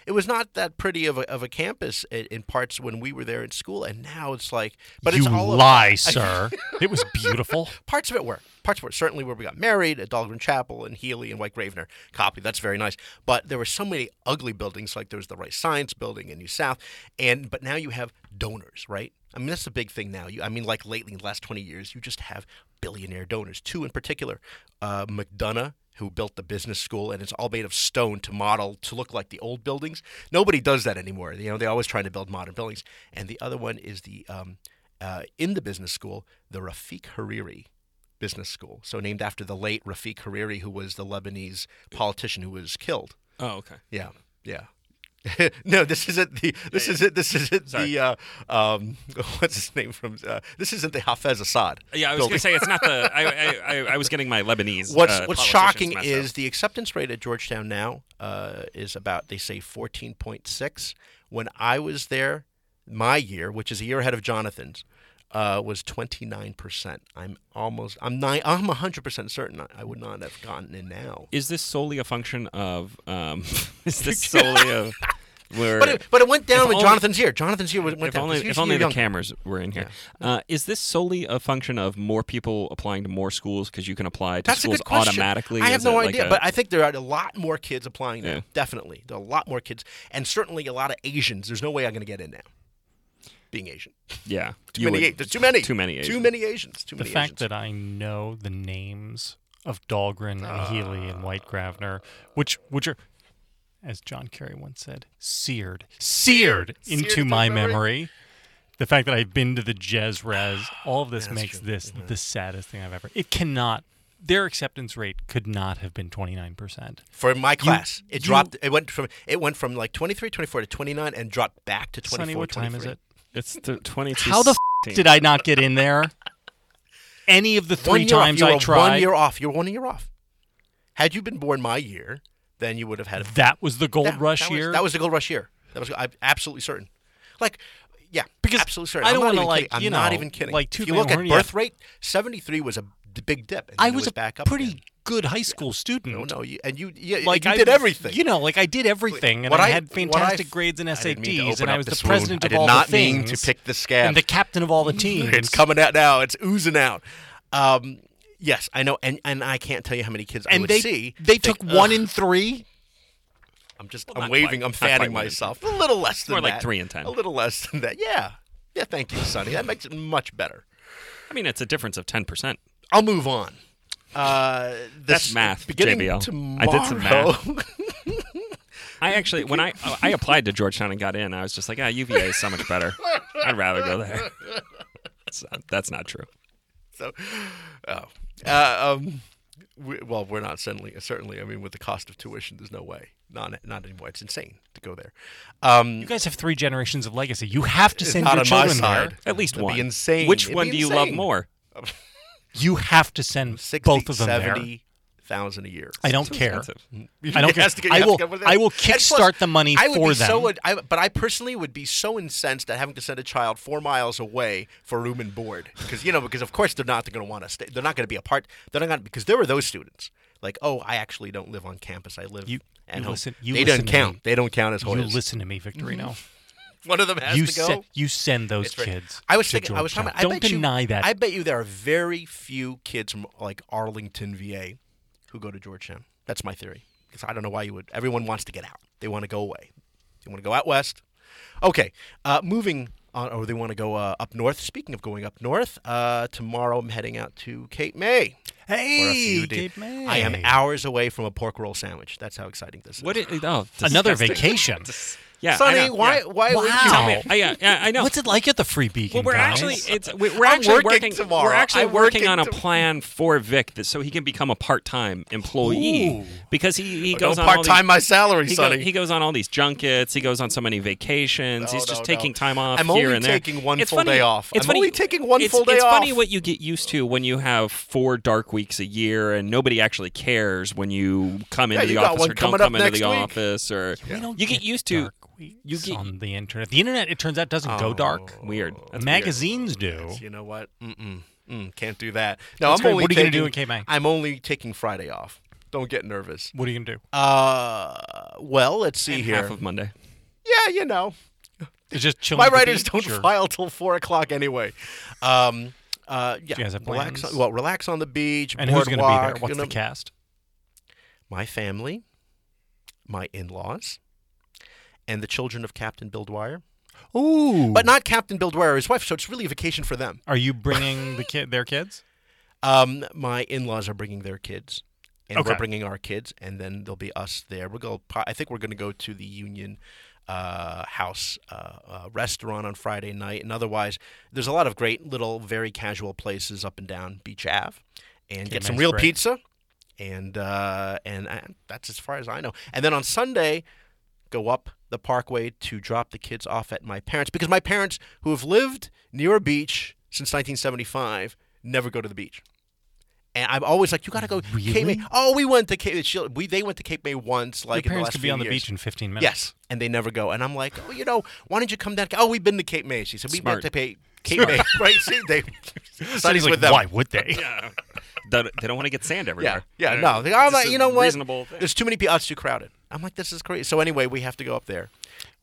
Speaker 2: it was not that pretty of a, of a campus in, in parts when we were there in school, and now it's like. But
Speaker 3: you
Speaker 2: it's all of-
Speaker 3: lie, sir. it was beautiful.
Speaker 2: parts of it were. Parts were certainly where we got married at Dahlgren Chapel and Healy and White Gravener. Copy. That's very nice. But there were so many ugly buildings, like there was the Rice Science Building in New South, and but now you have donors, right? I mean, that's the big thing now. You, I mean, like lately in the last twenty years, you just have billionaire donors. Two in particular, uh, McDonough. Who built the business school and it's all made of stone to model to look like the old buildings? Nobody does that anymore. You know they're always trying to build modern buildings. And the other one is the um, uh, in the business school, the Rafiq Hariri Business School. So named after the late Rafiq Hariri, who was the Lebanese politician who was killed.
Speaker 4: oh, okay.
Speaker 2: Yeah, yeah. no, this isn't the. This isn't. This isn't
Speaker 4: Sorry.
Speaker 2: the. Uh, um, what's his name from? Uh, this isn't the Hafez Assad.
Speaker 4: Yeah, I
Speaker 2: building.
Speaker 4: was going to say it's not the. I, I, I, I was getting my Lebanese.
Speaker 2: What's
Speaker 4: uh,
Speaker 2: What's
Speaker 4: politicians
Speaker 2: shocking
Speaker 4: messed up.
Speaker 2: is the acceptance rate at Georgetown now uh, is about they say fourteen point six. When I was there, my year, which is a year ahead of Jonathan's, uh, was twenty nine percent. I'm almost. I'm nine. I'm hundred percent certain I, I would not have gotten in now.
Speaker 4: Is this solely a function of? Um, is this solely a? Where,
Speaker 2: But it, but it went down
Speaker 4: If
Speaker 2: when
Speaker 4: only-
Speaker 2: Jonathan's here. Jonathan's here went
Speaker 4: if
Speaker 2: down.
Speaker 4: only,
Speaker 2: 'cause
Speaker 4: if
Speaker 2: you're
Speaker 4: only the
Speaker 2: young.
Speaker 4: cameras were in here. Uh, is this solely a function of more people applying to more schools because you can apply to
Speaker 2: That's a
Speaker 4: schools
Speaker 2: good question.
Speaker 4: automatically?
Speaker 2: I have
Speaker 4: Is
Speaker 2: no
Speaker 4: it like
Speaker 2: idea,
Speaker 4: a-
Speaker 2: but I think there are a lot more kids applying now.
Speaker 4: Yeah.
Speaker 2: Definitely, there are a lot more kids, and certainly a lot of Asians. There's no way I'm going to get in now, being Asian.
Speaker 4: yeah,
Speaker 2: Too
Speaker 4: you
Speaker 2: many.
Speaker 4: would-
Speaker 2: Asians. There's too many.
Speaker 4: Too many.
Speaker 2: Too
Speaker 4: Asians.
Speaker 2: many Asians. Too
Speaker 3: the
Speaker 2: many
Speaker 3: fact
Speaker 2: Asians.
Speaker 3: that I know the names of Dahlgren and Healy
Speaker 2: Ah.
Speaker 3: and White Gravener, which which are, as John Kerry once said, seared, seared, into
Speaker 2: into
Speaker 3: my
Speaker 2: memory.
Speaker 3: memory. The fact that I've been to the Jez Res, all of this makes this
Speaker 2: Mm-hmm.
Speaker 3: the saddest thing I've ever. It cannot. Their acceptance rate could not have been twenty nine percent.
Speaker 2: for my class, it
Speaker 3: you-
Speaker 2: dropped. It went from it went from like 23, 24 to 29, and dropped back to 24.
Speaker 3: Sonny, what time is
Speaker 2: 23.
Speaker 3: it?
Speaker 4: It's th- twenty-two.
Speaker 3: How the f- did I not get in there? Any of the
Speaker 2: One
Speaker 3: three
Speaker 2: year off.
Speaker 3: times
Speaker 2: You
Speaker 3: I
Speaker 2: were One
Speaker 3: tried,
Speaker 2: year off. You're one year off. Had you been born my year, then you would have had a
Speaker 3: that was the gold
Speaker 2: Yeah,
Speaker 3: rush
Speaker 2: that was-
Speaker 3: year.
Speaker 2: that was the gold rush year. That was I'm absolutely certain. Like, yeah,
Speaker 3: Because
Speaker 2: absolutely certain.
Speaker 3: I don't
Speaker 2: I'm
Speaker 3: wanna,
Speaker 2: not even
Speaker 3: like,
Speaker 2: kidding. I'm
Speaker 3: you
Speaker 2: not
Speaker 3: know,
Speaker 2: even kidding.
Speaker 3: like,
Speaker 2: if
Speaker 3: toot
Speaker 2: you
Speaker 3: my
Speaker 2: look at
Speaker 3: horn, yeah.
Speaker 2: birth rate, 73 was a d- big dip. And
Speaker 3: I
Speaker 2: then it
Speaker 3: was, a
Speaker 2: back up
Speaker 3: pretty
Speaker 2: again.
Speaker 3: good high school student.
Speaker 2: No, no, you, and you, yeah,
Speaker 3: Like
Speaker 2: you
Speaker 3: I
Speaker 2: did everything.
Speaker 3: You know, like I did everything, and
Speaker 2: What
Speaker 3: I,
Speaker 2: I-
Speaker 3: had
Speaker 2: what I
Speaker 3: fantastic
Speaker 2: f-
Speaker 3: grades in
Speaker 2: I didn't mean to
Speaker 3: SATs,
Speaker 2: open
Speaker 3: and I
Speaker 2: up
Speaker 3: was the
Speaker 2: this wound.
Speaker 3: president
Speaker 2: I
Speaker 3: of
Speaker 2: did
Speaker 3: all
Speaker 2: not
Speaker 3: the
Speaker 2: mean
Speaker 3: things.
Speaker 2: to pick the scab.
Speaker 3: and the captain of all the teams.
Speaker 2: it's coming out now. It's oozing out. Um, yes, I know, and and I can't tell you how many kids I
Speaker 3: And
Speaker 2: would
Speaker 3: they
Speaker 2: see.
Speaker 3: they
Speaker 2: think,
Speaker 3: took
Speaker 2: "Ugh,
Speaker 3: one in three.
Speaker 2: I'm just
Speaker 4: not
Speaker 2: I'm waving.
Speaker 4: quite-
Speaker 2: I'm
Speaker 4: not quite
Speaker 2: fanning
Speaker 4: one in-
Speaker 2: myself. A little less than
Speaker 4: more like
Speaker 2: that.
Speaker 4: three in 10.
Speaker 2: A little less than that. Yeah, yeah. Thank you, Sonny. That makes it much better.
Speaker 4: I mean, it's a difference of ten percent.
Speaker 2: I'll move on. Uh, this,
Speaker 4: That's math,
Speaker 2: Beginning
Speaker 4: JBL.
Speaker 2: tomorrow,
Speaker 4: I did some math. I actually, when I I applied to Georgetown and got in, I was just like, ah, UVA is so much better. I'd rather go there. That's not, that's not true.
Speaker 2: so, oh, uh, um, we, well, we're not certainly. Certainly, I mean, with the cost of tuition, there's no way. Not not anymore. It's insane to go there. Um,
Speaker 3: You guys have three generations of legacy. You have to
Speaker 2: it's
Speaker 3: send
Speaker 2: not
Speaker 3: your
Speaker 2: on my
Speaker 3: children
Speaker 2: side.
Speaker 3: there.
Speaker 4: At least
Speaker 2: That'd be
Speaker 4: one.
Speaker 2: insane.
Speaker 4: Which
Speaker 2: It'd be
Speaker 4: one do you love
Speaker 2: insane.
Speaker 4: more?
Speaker 3: You have to send
Speaker 2: 60,
Speaker 3: both of them there.
Speaker 2: 70,000 a year.
Speaker 3: I don't
Speaker 4: Too
Speaker 3: care.
Speaker 4: expensive.
Speaker 3: I don't
Speaker 2: It has to
Speaker 3: care.
Speaker 2: go- you
Speaker 3: I
Speaker 2: have to
Speaker 3: will-
Speaker 2: go with it.
Speaker 3: I will
Speaker 2: And plus,
Speaker 3: kickstart the money
Speaker 2: I would
Speaker 3: for
Speaker 2: be So,
Speaker 3: them.
Speaker 2: I- but I personally would be so incensed at having to send a child four miles away for room and board because you know because of course they're not going to want to stay. They're not going to be a part. They're not going to because there were those students like oh I actually don't live on campus. I live
Speaker 3: You-
Speaker 2: at
Speaker 3: you
Speaker 2: home.
Speaker 3: listen- you
Speaker 2: they
Speaker 3: listen
Speaker 2: don't
Speaker 3: to
Speaker 2: count.
Speaker 3: me.
Speaker 2: They don't count as
Speaker 3: You
Speaker 2: hoyas.
Speaker 3: listen to me, Victorino.
Speaker 2: One of them has
Speaker 3: You,
Speaker 2: to go.
Speaker 3: se- you send those
Speaker 2: It's right.
Speaker 3: kids.
Speaker 2: I was
Speaker 3: to
Speaker 2: thinking. I was talking.
Speaker 3: Georgetown.
Speaker 2: About, I
Speaker 3: Don't
Speaker 2: bet you-
Speaker 3: deny that.
Speaker 2: I bet you there are very few kids from like Arlington, VA, who go to Georgetown. That's my theory. Because I don't know why you would. Everyone wants to get out. They want to go away. They want to go out west. Okay, uh, moving on, or they want to go uh, up north. Speaking of going up north, uh, tomorrow I'm heading out to Cape May. for a few
Speaker 3: hey,
Speaker 2: days.
Speaker 3: Cape May.
Speaker 2: I am hours away from a pork roll sandwich. That's how exciting this is.
Speaker 4: What? It, oh,
Speaker 3: Another
Speaker 4: disgusting.
Speaker 3: vacation.
Speaker 4: Yeah, I
Speaker 2: Sonny,
Speaker 4: know,
Speaker 2: why?
Speaker 4: yeah.
Speaker 2: Why would
Speaker 3: Wow.
Speaker 2: you?
Speaker 3: Tell
Speaker 4: I, yeah, yeah, I know.
Speaker 3: What's it like at the Free Beacon?
Speaker 4: well, we're
Speaker 3: guys?
Speaker 4: actually it's we- we're
Speaker 2: I'm
Speaker 4: actually
Speaker 2: working
Speaker 4: working.
Speaker 2: tomorrow.
Speaker 4: We're actually
Speaker 2: I'm
Speaker 4: working,
Speaker 2: working
Speaker 4: on a
Speaker 2: tom-
Speaker 4: plan for Vic that, so he can become a part-time employee
Speaker 3: Ooh.
Speaker 4: because he, he
Speaker 2: Don't
Speaker 4: goes on all
Speaker 2: part
Speaker 4: these-
Speaker 2: time my salary,
Speaker 4: He, go-
Speaker 2: Sonny.
Speaker 4: he goes on all these junkets. He goes on so many vacations.
Speaker 2: No,
Speaker 4: He's just
Speaker 2: no,
Speaker 4: taking
Speaker 2: no.
Speaker 4: time off
Speaker 2: I'm
Speaker 4: here
Speaker 2: only
Speaker 4: and there.
Speaker 2: taking one full day off. I'm only taking one
Speaker 4: it's-
Speaker 2: full day
Speaker 4: it's funny
Speaker 2: off.
Speaker 4: what you get used to when you have four dark weeks a year, and nobody actually cares when you come into
Speaker 2: you
Speaker 4: the
Speaker 2: got
Speaker 4: office
Speaker 2: one
Speaker 4: or don't
Speaker 2: coming up
Speaker 4: come into
Speaker 2: next
Speaker 4: the
Speaker 2: week.
Speaker 4: office, or
Speaker 3: We don't
Speaker 4: you get used to.
Speaker 3: dark weeks on the internet. The internet, it turns out, doesn't go dark.
Speaker 2: Oh,
Speaker 4: Weird. That's weird.
Speaker 3: Magazines do.
Speaker 2: You know what? Mm-mm. Mm, can't do that. No,
Speaker 3: That's
Speaker 2: I'm
Speaker 3: great.
Speaker 2: only
Speaker 3: What are you
Speaker 2: taking,
Speaker 3: gonna do in K-May?
Speaker 2: I'm only taking Friday off. Don't get nervous.
Speaker 3: What are you gonna do?
Speaker 2: Uh, well, let's see here.
Speaker 4: Half of Monday.
Speaker 2: yeah, you know,
Speaker 3: It's just chill.
Speaker 2: my
Speaker 3: at the
Speaker 2: writers
Speaker 3: beach
Speaker 2: don't
Speaker 3: or-
Speaker 2: file till four o'clock anyway. Um, uh, yeah,
Speaker 3: you guys have
Speaker 2: relax.
Speaker 3: plans?
Speaker 2: well, relax on the beach.
Speaker 3: And who's gonna be there?
Speaker 2: boardwalk,
Speaker 3: What's
Speaker 2: you know,
Speaker 3: the cast?
Speaker 2: My family, my in-laws, and the children of Captain Bill Dwyer.
Speaker 3: Ooh.
Speaker 2: But not Captain Bill Dwyer, his wife. So it's really a vacation for them.
Speaker 3: Are you bringing the kid, their kids?
Speaker 2: Um, my in-laws are bringing their kids, and we're
Speaker 3: Okay.
Speaker 2: bringing our kids, and then there'll be us there. We're going. I think we're going to go to the Union uh, House uh, uh, restaurant on Friday night, and otherwise, there's a lot of great little, very casual places up and down Beach Ave, and get some
Speaker 3: nice
Speaker 2: real
Speaker 3: break.
Speaker 2: pizza, and uh, and uh, that's as far as I know. And then on Sunday, go up. The the parkway to drop the kids off at my parents because my parents, who have lived near a beach since 1975, never go to the beach. And I'm always like, you gotta go Cape May. Oh, we went to Cape. she- We they went to Cape May once, like in
Speaker 3: Your
Speaker 2: the
Speaker 3: parents
Speaker 2: last
Speaker 3: could be
Speaker 2: few
Speaker 3: on the
Speaker 2: years.
Speaker 3: beach in 15 minutes.
Speaker 2: Yes, and they never go. And I'm like, oh, you know, why don't you come down? Oh, we've been to Cape May. She said we
Speaker 4: Smart.
Speaker 2: went to pay Cape May, right? See, they
Speaker 3: So
Speaker 2: studies
Speaker 3: he's like,
Speaker 2: with them.
Speaker 3: why would they?
Speaker 4: They they don't want to get sand
Speaker 2: Yeah,
Speaker 4: everywhere.
Speaker 2: yeah,
Speaker 4: Uh,
Speaker 2: no. They- I'm
Speaker 4: it's
Speaker 2: like,
Speaker 4: a
Speaker 2: you know what?
Speaker 4: Reasonable. Thing.
Speaker 2: There's too many people. Oh, it's too crowded. I'm like, this is crazy. So anyway, we have to go up there.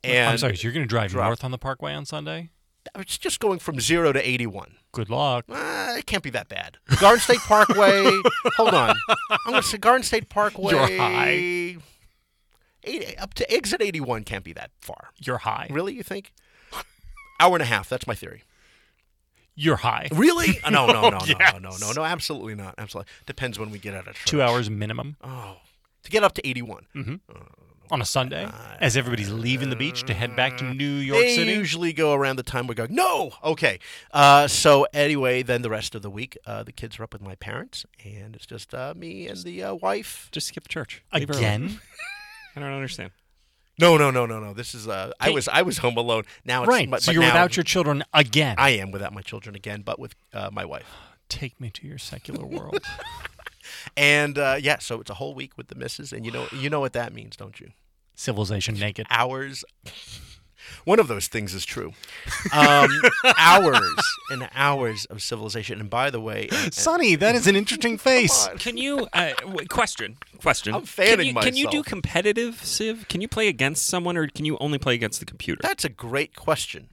Speaker 2: And
Speaker 3: I'm sorry, so you're going to drive
Speaker 2: Drop.
Speaker 3: north on the parkway on Sunday?
Speaker 2: It's just going from zero to 81.
Speaker 3: Good luck.
Speaker 2: Uh, it can't be that bad. Garden State Parkway. hold on. I'm going to say Garden State Parkway.
Speaker 3: You're high.
Speaker 2: Eight, up to exit 81 can't be that far.
Speaker 3: You're high.
Speaker 2: Really, you think? Hour and a half. That's my theory.
Speaker 3: You're high.
Speaker 2: Really? No, no, no, no, no, no, no, no. Absolutely not. Absolutely. Depends when we get out of church.
Speaker 3: Two hours minimum
Speaker 2: Oh, to get up to 81.
Speaker 3: on a Sunday as everybody's leaving the beach to head back to New York
Speaker 2: Uh, mm, they
Speaker 3: City.
Speaker 2: usually go around the time we're going. No, okay. Uh, so anyway, then the rest of the week, uh, the kids are up with my parents, and it's just uh, me and the uh, wife.
Speaker 4: Just skip church Leave her alone.
Speaker 3: Again?
Speaker 4: I don't understand.
Speaker 2: No, no, no, no, no. This is uh, I was I was home alone. Now it's,
Speaker 3: Right.
Speaker 2: but-
Speaker 3: so
Speaker 2: but
Speaker 3: you're
Speaker 2: now
Speaker 3: without your children again.
Speaker 2: I am without my children again, but with uh, my wife.
Speaker 3: Take me to your secular world.
Speaker 2: And uh, yeah, so it's a whole week with the missus, and you know you know what that means, don't you?
Speaker 3: Civilization naked.
Speaker 2: hours. One of those things is true. Um, hours and hours of civilization. And by the way, and-
Speaker 3: Sonny, that is an interesting face.
Speaker 4: Can you uh, w- question? Question.
Speaker 2: I'm fanning
Speaker 4: can you, Can you do
Speaker 2: myself.
Speaker 4: competitive Civ? Can you play against someone, or can you only play against the computer?
Speaker 2: that's a great question.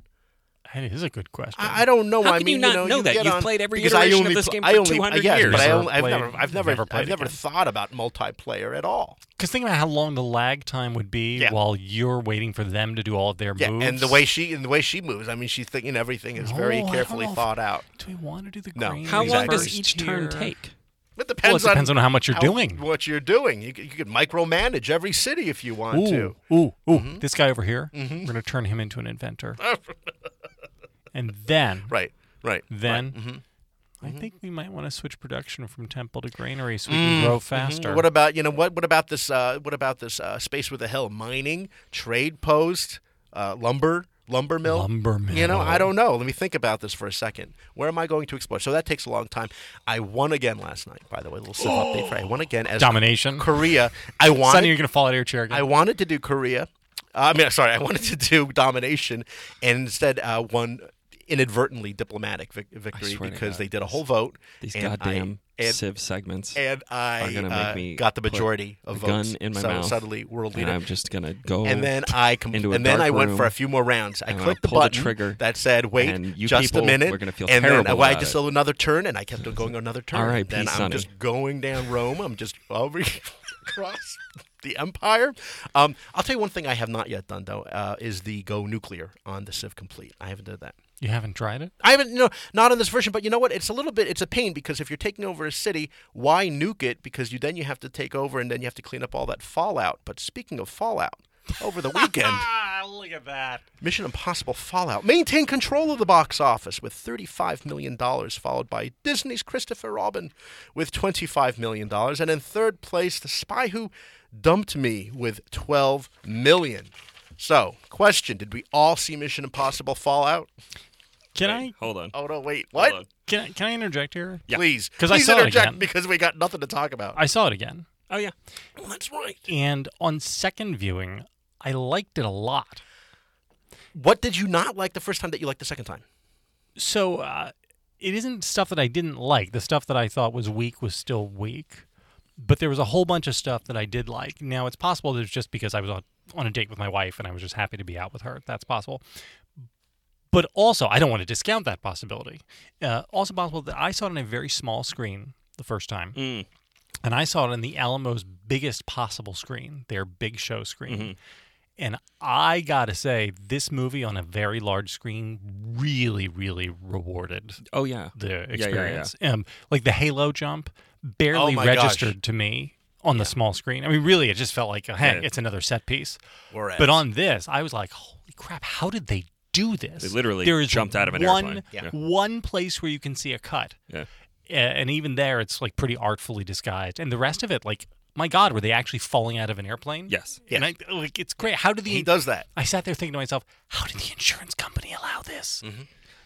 Speaker 3: That is a good question.
Speaker 2: I, I don't know.
Speaker 4: How
Speaker 2: I
Speaker 4: can
Speaker 2: mean,
Speaker 4: you not
Speaker 2: know,
Speaker 4: know that?
Speaker 2: get
Speaker 4: You've
Speaker 2: on-
Speaker 4: played every
Speaker 2: because I
Speaker 4: iteration of
Speaker 2: only
Speaker 4: this
Speaker 2: pl-
Speaker 4: game
Speaker 2: I
Speaker 4: for
Speaker 2: only,
Speaker 4: 200
Speaker 2: yes,
Speaker 4: years.
Speaker 2: But I
Speaker 3: Never
Speaker 2: only, I've
Speaker 3: played-
Speaker 2: never, I've never,
Speaker 3: never played
Speaker 2: I've never
Speaker 3: again.
Speaker 2: thought about multiplayer at all.
Speaker 3: Because think about how long the lag time would be
Speaker 2: Yeah.
Speaker 3: while you're waiting for them to do all of their
Speaker 2: Yeah,
Speaker 3: moves.
Speaker 2: and the way she and the way she moves. I mean, she's thinking everything is
Speaker 3: No, I
Speaker 2: very
Speaker 3: don't
Speaker 2: carefully
Speaker 3: know if-
Speaker 2: thought out.
Speaker 3: do we want to do the
Speaker 2: No.
Speaker 3: green?
Speaker 4: How long
Speaker 2: Exactly.
Speaker 4: does
Speaker 3: first
Speaker 4: each turn
Speaker 3: here?
Speaker 4: take?
Speaker 2: It depends,
Speaker 3: well, it depends on, how much you're doing.
Speaker 2: What you're doing. You, c- you could micromanage every city if you want to.
Speaker 3: Ooh, ooh, ooh!
Speaker 2: Mm-hmm.
Speaker 3: This guy over here, we're gonna turn him into an inventor. and then,
Speaker 2: Right, right. Mm-hmm.
Speaker 3: then, I think we might want to switch production from Temple to Granary so we can grow faster.
Speaker 2: Mm-hmm. What about you know what what about this uh, what about this uh, space with a hill mining trade post uh, lumber lumber mill
Speaker 3: Lumber
Speaker 2: you know I
Speaker 3: mill.
Speaker 2: don't know let me think about this for a second where am I going to explore so that takes a long time I won again last night by the way a little sip update for I won again as
Speaker 3: Domination.
Speaker 2: Korea I
Speaker 3: Sonny,
Speaker 2: wanted
Speaker 3: you're gonna fall out of your chair again.
Speaker 2: I wanted to do Korea uh, I mean sorry I wanted to do domination and instead uh, won inadvertently diplomatic vic- victory
Speaker 4: swear to
Speaker 2: because
Speaker 4: God.
Speaker 2: they did a whole vote
Speaker 4: These
Speaker 2: and I-
Speaker 4: goddamn
Speaker 2: and
Speaker 4: Civ segments.
Speaker 2: and I
Speaker 4: are gonna make
Speaker 2: uh,
Speaker 4: me
Speaker 2: got the
Speaker 4: put
Speaker 2: majority of
Speaker 4: a
Speaker 2: votes.
Speaker 4: gun in my
Speaker 2: so
Speaker 4: mouth,
Speaker 2: suddenly world
Speaker 4: and
Speaker 2: leader.
Speaker 4: I'm just gonna go.
Speaker 2: And then I com-
Speaker 4: into a
Speaker 2: and then
Speaker 4: dark
Speaker 2: I went for
Speaker 4: room,
Speaker 2: a few more rounds. I
Speaker 4: and I'm
Speaker 2: clicked the
Speaker 4: gonna pull the
Speaker 2: button
Speaker 4: trigger,
Speaker 2: that said, "Wait,
Speaker 4: and you
Speaker 2: just
Speaker 4: people
Speaker 2: a minute."
Speaker 4: were gonna feel
Speaker 2: and then
Speaker 4: terrible
Speaker 2: I well, I
Speaker 4: about
Speaker 2: just
Speaker 4: it.
Speaker 2: did another turn, and I kept on going another turn.
Speaker 4: R.I.P.,
Speaker 2: Then I'm
Speaker 4: Sonny.
Speaker 2: just going down Rome. I'm just over across the empire. Um, I'll tell you one thing I have not yet done though uh, is the go nuclear on the Civ Complete. I haven't done that.
Speaker 3: you haven't tried it.
Speaker 2: I haven't, no, not on this version, but you know what? It's a little bit, it's a pain because if you're taking over a city, why nuke it? Because you then you have to take over and then you have to clean up all that fallout. But speaking of fallout, over the weekend,
Speaker 3: Ah, look at that.
Speaker 2: Mission Impossible Fallout maintained control of the box office with $35 million, followed by Disney's Christopher Robin with $25 million. And in third place, The Spy Who Dumped Me with $12 million. So, question Did we all see Mission Impossible Fallout?
Speaker 3: Can
Speaker 4: Wait,
Speaker 3: I
Speaker 4: hold on.
Speaker 2: Oh, no, wait. What?
Speaker 4: on.
Speaker 3: Can I, can I interject here?
Speaker 2: Please,
Speaker 3: 'Cause I
Speaker 2: please
Speaker 3: saw it
Speaker 2: interject
Speaker 3: again.
Speaker 2: because we got nothing to talk about.
Speaker 3: I saw it again,
Speaker 4: Oh yeah.
Speaker 2: That's right.
Speaker 3: and on second viewing, I liked it a lot.
Speaker 2: What did you not like the first time that you liked the second time?
Speaker 3: So uh, it isn't stuff that I didn't like. The stuff that I thought was weak was still weak, but there was a whole bunch of stuff that I did like. Now it's possible that it's just because I was on, on a date with my wife and I was just happy to be out with her. That's possible. But also, I don't want to discount that possibility. Uh, also possible that I saw it on a very small screen the first time. And I saw it on the Alamo's biggest possible screen, their big show screen. And I gotta say, this movie on a very large screen really, really rewarded
Speaker 4: Oh yeah.
Speaker 3: the
Speaker 4: yeah, yeah.
Speaker 3: experience. Um, like the Halo jump barely
Speaker 2: Oh my
Speaker 3: registered to me on the small screen. I mean, really, it just felt like, hey,
Speaker 2: Yeah.
Speaker 3: it's another set piece.
Speaker 2: Whereas-
Speaker 3: But on this, I was like, holy crap, how did they do this?
Speaker 4: They literally
Speaker 3: there is
Speaker 4: jumped out of an
Speaker 3: one,
Speaker 4: airplane. Yeah.
Speaker 3: One place where you can see a cut.
Speaker 4: Yeah.
Speaker 3: A- And even there, it's like pretty artfully disguised. And the rest of it, like, my God, were they actually falling out of an airplane?
Speaker 4: Yes.
Speaker 3: And I, like, it's great. How did the
Speaker 2: He does that
Speaker 3: I sat there thinking to myself, how did the insurance company allow this?
Speaker 4: Mm-hmm.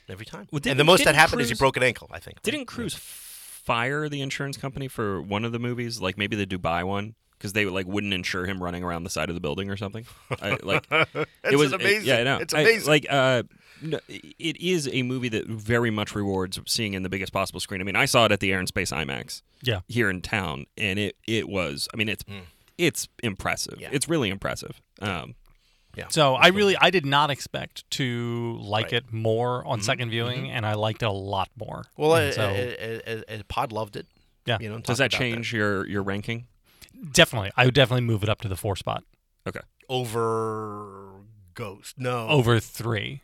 Speaker 2: every time.
Speaker 4: Well,
Speaker 2: and the
Speaker 4: didn't-
Speaker 2: most that
Speaker 4: didn't
Speaker 2: happened is he
Speaker 4: Cruise-
Speaker 2: broke an ankle, I think. right?
Speaker 4: Didn't Cruise fire the insurance company for one of the movies, like maybe the Dubai one, because they like wouldn't insure him running around the side of the building or something? I, like
Speaker 2: It's
Speaker 4: it was
Speaker 2: an amazing-
Speaker 4: yeah, I know.
Speaker 2: it's
Speaker 4: I-
Speaker 2: amazing.
Speaker 4: like uh, no, it is a movie that very much rewards seeing in the biggest possible screen. I mean, I saw it at the Air and Space IMAX
Speaker 3: Yeah.
Speaker 4: here in town, and it it was. I mean, it's it's impressive.
Speaker 2: Yeah.
Speaker 4: It's really impressive. Um,
Speaker 3: So I really, I did not expect to like it more
Speaker 4: Mm-hmm.
Speaker 3: on second viewing, and I liked it a lot more.
Speaker 2: Well,
Speaker 3: And
Speaker 2: uh,
Speaker 3: so-
Speaker 2: uh, uh, uh, uh, Pod loved it.
Speaker 3: Yeah.
Speaker 2: You know,
Speaker 4: does
Speaker 2: talked
Speaker 4: that
Speaker 2: about
Speaker 4: change your your ranking?
Speaker 3: definitely, I would definitely move it up to the four spot
Speaker 4: Okay.
Speaker 2: over Ghost? No,
Speaker 4: Oh.
Speaker 3: over three,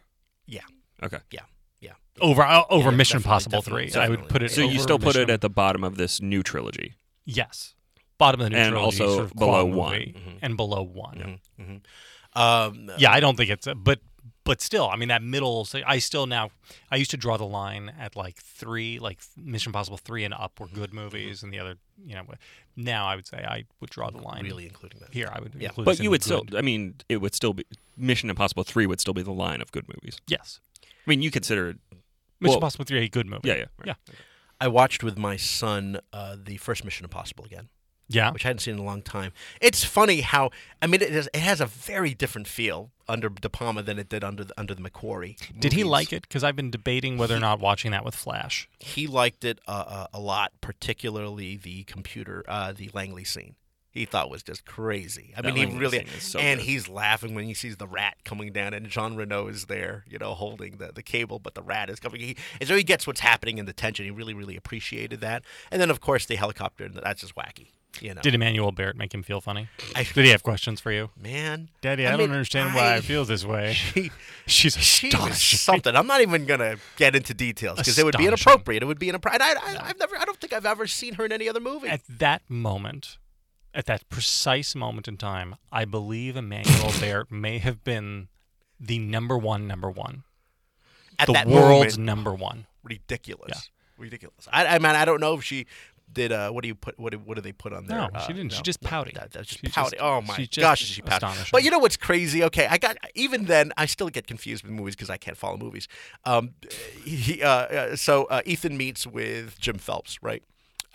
Speaker 2: Yeah,
Speaker 4: Okay.
Speaker 2: yeah, yeah.
Speaker 3: over uh, over
Speaker 2: Yeah,
Speaker 3: Mission
Speaker 2: definitely,
Speaker 3: Possible
Speaker 2: definitely,
Speaker 3: three. I would
Speaker 2: definitely.
Speaker 3: put it.
Speaker 4: So you
Speaker 3: over
Speaker 4: still put it
Speaker 3: Mission-
Speaker 4: at the bottom of this new trilogy.
Speaker 3: yes, bottom of the new
Speaker 4: And
Speaker 3: trilogy,
Speaker 4: also
Speaker 3: sort of
Speaker 4: below
Speaker 3: quad
Speaker 4: one. Mm-hmm.
Speaker 3: movie, and below one.
Speaker 2: Mm-hmm. Um,
Speaker 3: Yeah, I don't think it's, but but still, I mean that middle. So I still now, I used to draw the line at like three, like Mission Impossible three and up were good movies, and the other, you know, now I would say I would draw the line
Speaker 2: really including that.
Speaker 3: here. I would,
Speaker 2: Yeah.
Speaker 3: include this
Speaker 4: But
Speaker 3: in
Speaker 4: you
Speaker 3: the
Speaker 4: would
Speaker 3: good.
Speaker 4: still, I mean, it would still be Mission Impossible Three would still be the line of good movies.
Speaker 3: yes,
Speaker 4: I mean, you consider,
Speaker 3: Mission
Speaker 4: Well-
Speaker 3: Impossible three a good movie.
Speaker 4: yeah, yeah, right.
Speaker 3: yeah,
Speaker 2: I watched with my son uh, the first Mission Impossible again.
Speaker 3: yeah.
Speaker 2: uh, which I hadn't seen in a long time. It's funny how I mean it has, it has a very different feel under De Palma than it did under the, under the McQuarrie.
Speaker 3: Did he
Speaker 2: movies.
Speaker 3: like it? Because I've been debating whether or not watching that with Flash.
Speaker 2: He liked it uh, uh, a lot, particularly the computer, uh, the Langley scene. He thought was just crazy. I
Speaker 4: That
Speaker 2: mean, he
Speaker 4: Langley
Speaker 2: really
Speaker 4: scene is so
Speaker 2: and
Speaker 4: good.
Speaker 2: he's laughing when he sees the rat coming down, and Jean Reno is there, you know, holding the, the cable, but the rat is coming. He, and so he gets what's happening in the tension. He really, really appreciated that. And then, of course, the helicopter, and that's just wacky, you know.
Speaker 3: Did Emmanuel Barrett make him feel funny?
Speaker 2: I-
Speaker 3: Did he have questions for you,
Speaker 2: man,
Speaker 3: Daddy?
Speaker 2: I
Speaker 3: I,
Speaker 2: mean,
Speaker 3: don't understand why
Speaker 2: I-
Speaker 3: I feel this way.
Speaker 2: she,
Speaker 3: She's
Speaker 2: she was
Speaker 3: astonishing.
Speaker 2: something. I'm not even gonna get into details because it would be
Speaker 3: Astonishing.
Speaker 2: inappropriate. It would be inappropriate. I, I, I've never. I don't think I've ever seen her in any other movie.
Speaker 3: at that moment, at that precise moment in time, I believe Emmanuel Barrett may have been the number one, number one,
Speaker 2: At
Speaker 3: the
Speaker 2: that moment,
Speaker 3: world's number one.
Speaker 2: ridiculous, ridiculous. I, I mean, I don't know if she did. Uh, what do you put? What do, What do they put on there?
Speaker 3: No,
Speaker 2: Uh,
Speaker 3: she didn't.
Speaker 2: no,
Speaker 3: She just
Speaker 2: no,
Speaker 3: pouty.
Speaker 2: that- that's just
Speaker 3: She just-
Speaker 2: pouty. oh my
Speaker 3: she just
Speaker 2: gosh, is she pouty?
Speaker 3: astonishing.
Speaker 2: But you know what's crazy? Okay, I got even then. I still get confused with movies because I can't follow movies. Um, he, uh, uh, so uh, Ethan meets with Jim Phelps, right?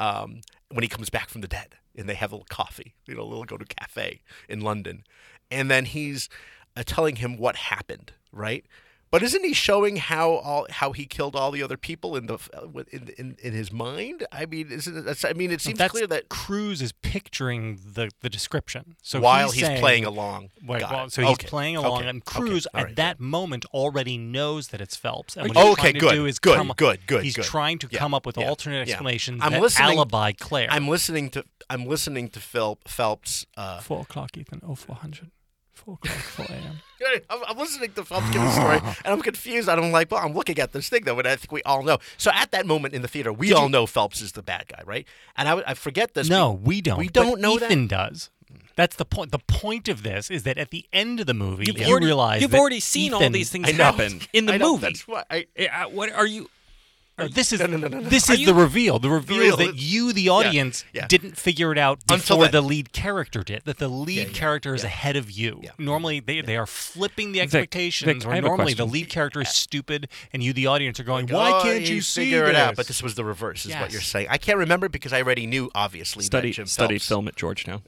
Speaker 2: um, when he comes back from the dead, and they have a little coffee, you know, a little go to cafe in London, and then he's uh, telling him what happened, right? But isn't he showing how all how he killed all the other people in the uh, in in, in his mind? I mean, isn't it, that's, I mean, it seems
Speaker 3: That's
Speaker 2: clear that
Speaker 3: Cruz is picturing the, the description. So
Speaker 2: while
Speaker 3: he's,
Speaker 2: he's,
Speaker 3: saying-
Speaker 2: playing along,
Speaker 3: Wait,
Speaker 2: Got
Speaker 3: well,
Speaker 2: it.
Speaker 3: so he's
Speaker 2: Okay.
Speaker 3: playing along,
Speaker 2: Okay.
Speaker 3: and Cruz
Speaker 2: Okay. All
Speaker 3: at
Speaker 2: right.
Speaker 3: that moment already knows that it's Phelps. And what
Speaker 2: Okay,
Speaker 3: he's trying to
Speaker 2: good,
Speaker 3: do is
Speaker 2: good,
Speaker 3: come,
Speaker 2: good, good,
Speaker 3: He's
Speaker 2: good.
Speaker 3: trying to
Speaker 2: Yeah,
Speaker 3: come up with
Speaker 2: yeah,
Speaker 3: alternate
Speaker 2: yeah.
Speaker 3: explanations
Speaker 2: I'm
Speaker 3: that
Speaker 2: listening-
Speaker 3: alibi Claire.
Speaker 2: I'm listening to I'm listening to Phil Phelps. Uh,
Speaker 3: four o'clock, Ethan. Oh, four hundred. Four o'clock, four a.m.
Speaker 2: I'm, I'm listening to Phelps give a story, and I'm confused. And I'm like, well, I'm looking at this thing though, and I think we all know. So at that moment in the theater, we all know Phelps is the bad guy, right? And I, w- I forget this.
Speaker 3: No, we don't.
Speaker 2: We
Speaker 3: but
Speaker 2: don't know that?
Speaker 3: Ethan does. That's the point. The point of this is that at the end of the movie, you
Speaker 4: already-
Speaker 3: realize
Speaker 4: you've
Speaker 3: that
Speaker 4: already seen all
Speaker 3: Ethan-
Speaker 4: these things
Speaker 2: I know.
Speaker 4: happen in the
Speaker 2: I know,
Speaker 4: movie.
Speaker 2: That's why I,
Speaker 4: Eh, uh, what are you?
Speaker 3: Uh, This is
Speaker 2: no, no, no, no.
Speaker 3: this is
Speaker 4: you-
Speaker 3: the reveal. The reveal
Speaker 2: real-
Speaker 3: is that you, the audience,
Speaker 2: yeah.
Speaker 3: didn't figure it out
Speaker 2: Until
Speaker 3: before
Speaker 2: then.
Speaker 3: the lead character did. That the lead
Speaker 2: yeah,
Speaker 3: character is ahead of you. Normally, they, they are flipping the expectations.
Speaker 4: Vic, I
Speaker 3: where
Speaker 4: have a
Speaker 3: normally the
Speaker 4: question.
Speaker 3: lead character is stupid, and you, the audience, are going,
Speaker 2: Oh,
Speaker 3: "Why can't you see
Speaker 2: figure it out?
Speaker 3: this?"
Speaker 2: But this was the reverse, is what
Speaker 3: Yes.
Speaker 2: you're saying. I can't remember because I already knew, obviously, that
Speaker 4: Study
Speaker 2: Jim
Speaker 4: studied
Speaker 2: Phelps.
Speaker 4: film at Georgetown.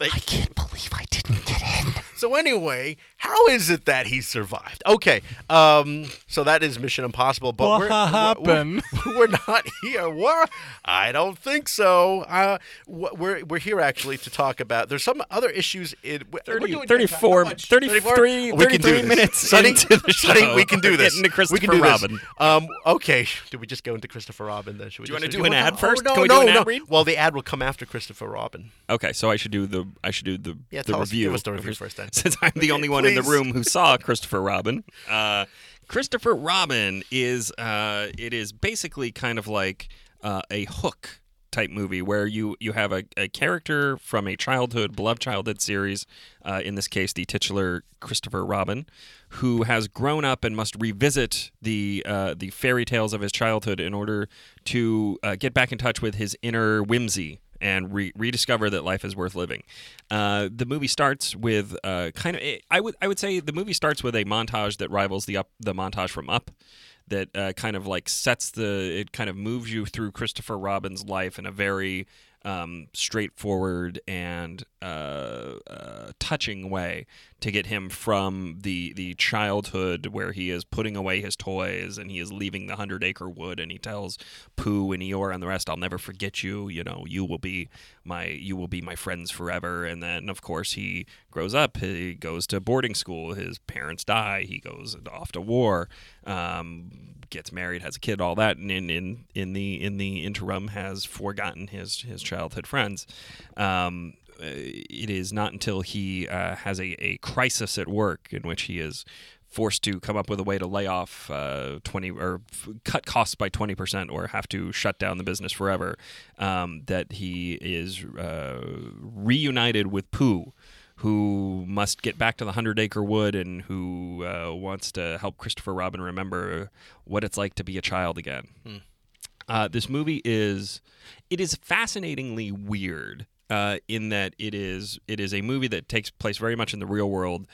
Speaker 3: I can't believe I didn't get in.
Speaker 2: So anyway, how is it that he survived? Okay, um, so that is Mission Impossible. But
Speaker 3: What
Speaker 2: we're,
Speaker 3: happened?
Speaker 2: We're, we're not here. What? I don't think so. Uh, wh- we're we're here actually to talk about. There's some other issues in. we're
Speaker 4: 30
Speaker 2: doing-
Speaker 4: 34
Speaker 2: how much?
Speaker 4: 33
Speaker 2: We can do
Speaker 4: 33
Speaker 2: this.
Speaker 4: minutes
Speaker 2: Sonny,
Speaker 4: into the
Speaker 2: Sonny,
Speaker 4: show.
Speaker 2: we can do
Speaker 4: We're
Speaker 2: this.
Speaker 4: getting to
Speaker 2: we can
Speaker 4: Christopher
Speaker 2: do this. Um,
Speaker 4: Robin.
Speaker 2: okay, did we just go into Christopher Robin? Then? Should we
Speaker 4: Do you
Speaker 2: just-
Speaker 4: wanna do an ad
Speaker 2: oh,
Speaker 4: first?
Speaker 2: no,
Speaker 4: Can we do
Speaker 2: no,
Speaker 4: an ad
Speaker 2: no.
Speaker 4: read?
Speaker 2: Well, the ad will come after Christopher Robin.
Speaker 4: Okay, so I should do the I should do the
Speaker 2: Yeah,
Speaker 4: the
Speaker 2: tell us-
Speaker 4: review.
Speaker 2: give us the review first, then.
Speaker 4: Since I'm the only one in the
Speaker 2: please.
Speaker 4: room who saw Christopher Robin. Uh, Christopher Robin is uh, it is basically kind of like uh, a hook type movie where you you have a, a character from a childhood beloved childhood series, uh, in this case the titular Christopher Robin, who has grown up and must revisit the uh, the fairy tales of his childhood in order to uh, get back in touch with his inner whimsy and re- rediscover that life is worth living. Uh, the movie starts with uh, kind of I would I would say the movie starts with a montage that rivals the up the montage from Up. That uh, kind of like sets the it kind of moves you through Christopher Robin's life in a very um, straightforward and uh, uh, touching way to get him from the the childhood where he is putting away his toys and he is leaving the hundred acre wood and he tells Pooh and Eeyore and the rest, "I'll never forget you. You know, you will be my you will be my friends forever." And then, of course, he grows up. He goes to boarding school. His parents die. He goes off to war. Um, gets married, has a kid, all that, and in in, in the in the interim has forgotten his his childhood friends. Um, uh, it is not until he uh, has a, a crisis at work in which he is forced to come up with a way to lay off uh, 20 or f- cut costs by 20% or have to shut down the business forever um, that he is uh, reunited with Pooh who must get back to the Hundred Acre Wood and who uh, wants to help Christopher Robin remember what it's like to be a child again. Uh, this movie is it is fascinatingly weird uh, in that it is it is a movie that takes place very much in the real world.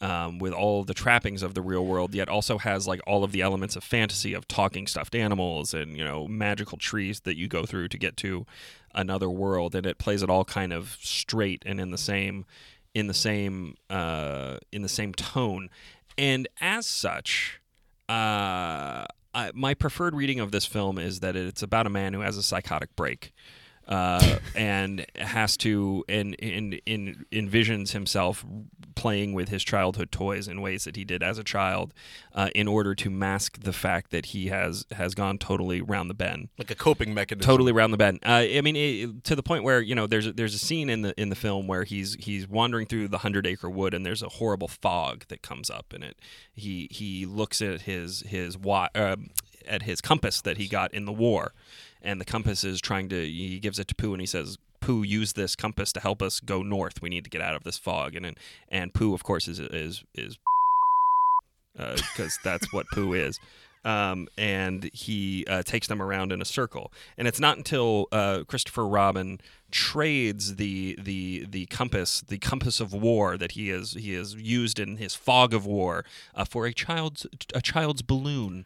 Speaker 4: Um, with all the trappings of the real world, yet also has like all of the elements of fantasy of talking stuffed animals and you know magical trees that you go through to get to another world, and it plays it all kind of straight and in the same in the same uh, in the same tone, and as such, uh, I, my preferred reading of this film is that it's about a man who has a psychotic break. Uh, and has to and, and, and envisions himself playing with his childhood toys in ways that he did as a child, uh, in order to mask the fact that he has has gone totally round the bend
Speaker 2: Like a coping mechanism.
Speaker 4: totally around the bend. Uh, I mean, it, to the point where you know there's a, there's a scene in the in the film where he's he's wandering through the hundred acre wood and there's a horrible fog that comes up and it. He he looks at his his wa- uh, at his compass that he got in the war, and the compass is trying to. He gives it to Pooh and he says. Pooh, use this compass to help us go north. We need to get out of this fog, and and, and Pooh, of course, is is is because uh, that's what poo is. Um, and he uh, takes them around in a circle, and it's not until uh, Christopher Robin trades the the the compass, the compass of war that he is he has used in his fog of war uh, for a child's a child's balloon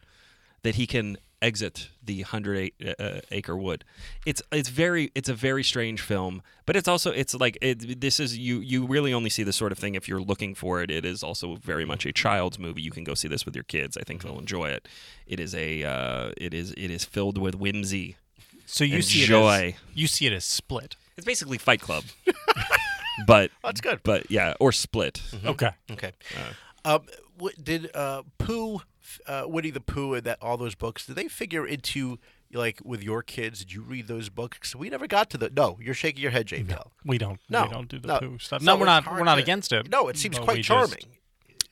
Speaker 4: that he can exit the hundred uh, acre wood. It's it's very it's a very strange film, but it's also it's like it, this is you you really only see this sort of thing if you're looking for it. It is also very much a child's movie. You can go see this with your kids. I think they'll enjoy it. It is a uh, it is it is filled with whimsy.
Speaker 3: So you
Speaker 4: And
Speaker 3: see it
Speaker 4: joy.
Speaker 3: as, you see it as split.
Speaker 4: It's basically Fight Club, but
Speaker 2: That's good.
Speaker 4: but yeah, or Split.
Speaker 2: Mm-hmm.
Speaker 3: Okay.
Speaker 2: Okay. um, what, did uh, Pooh, f- uh, Woody the Pooh, and that all those books? Did they figure into like with your kids? Did you read those books? 'Cause we never got to the. No, you're shaking your head, JBL.
Speaker 3: We don't.
Speaker 2: No,
Speaker 3: we don't do the
Speaker 2: no.
Speaker 3: poo stuff.
Speaker 2: So
Speaker 3: No, we're
Speaker 2: it's
Speaker 3: not.
Speaker 2: hard
Speaker 3: We're not
Speaker 2: to-
Speaker 3: against it.
Speaker 2: No, it seems
Speaker 3: but we
Speaker 2: quite
Speaker 3: just-
Speaker 2: charming.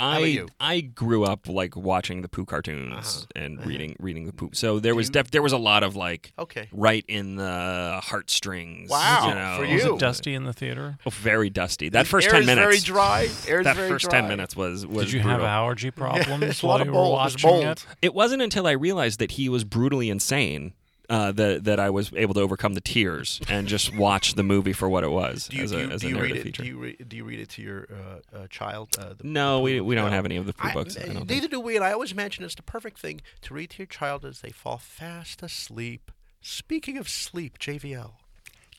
Speaker 4: I
Speaker 2: you? Uh-huh.
Speaker 4: I grew up like watching the Pooh cartoons and reading reading the Pooh. So there was def- there was a lot of like
Speaker 2: Okay.
Speaker 4: right in the heartstrings.
Speaker 2: Wow,
Speaker 4: you know.
Speaker 2: for
Speaker 3: was
Speaker 2: you.
Speaker 3: it dusty in the theater?
Speaker 4: Oh, very dusty. That first
Speaker 2: Air
Speaker 4: ten
Speaker 2: is
Speaker 4: minutes.
Speaker 2: very dry. Air is
Speaker 4: that
Speaker 2: very
Speaker 4: first
Speaker 2: dry.
Speaker 4: ten minutes was was.
Speaker 3: Did you
Speaker 4: brutal.
Speaker 3: have allergy problems
Speaker 2: It's a lot
Speaker 3: while
Speaker 2: of
Speaker 3: you were
Speaker 2: mold. There's
Speaker 3: watching
Speaker 2: mold.
Speaker 3: it?
Speaker 4: It wasn't until I realized that he was brutally insane uh, that that I was able to overcome the tears and just watch the movie for what it was
Speaker 2: Do you,
Speaker 4: as a,
Speaker 2: do you,
Speaker 4: as
Speaker 2: do
Speaker 4: a
Speaker 2: you
Speaker 4: narrative
Speaker 2: read it?
Speaker 4: feature.
Speaker 2: Do you read, do you read it to your uh, uh, child? Uh, the,
Speaker 4: no, we we don't
Speaker 2: No.
Speaker 4: have any of the Pooh
Speaker 2: I-
Speaker 4: books. I don't think.
Speaker 2: neither do we, and I always mention it's the perfect thing to read to your child as they fall fast asleep. Speaking of sleep, JVL.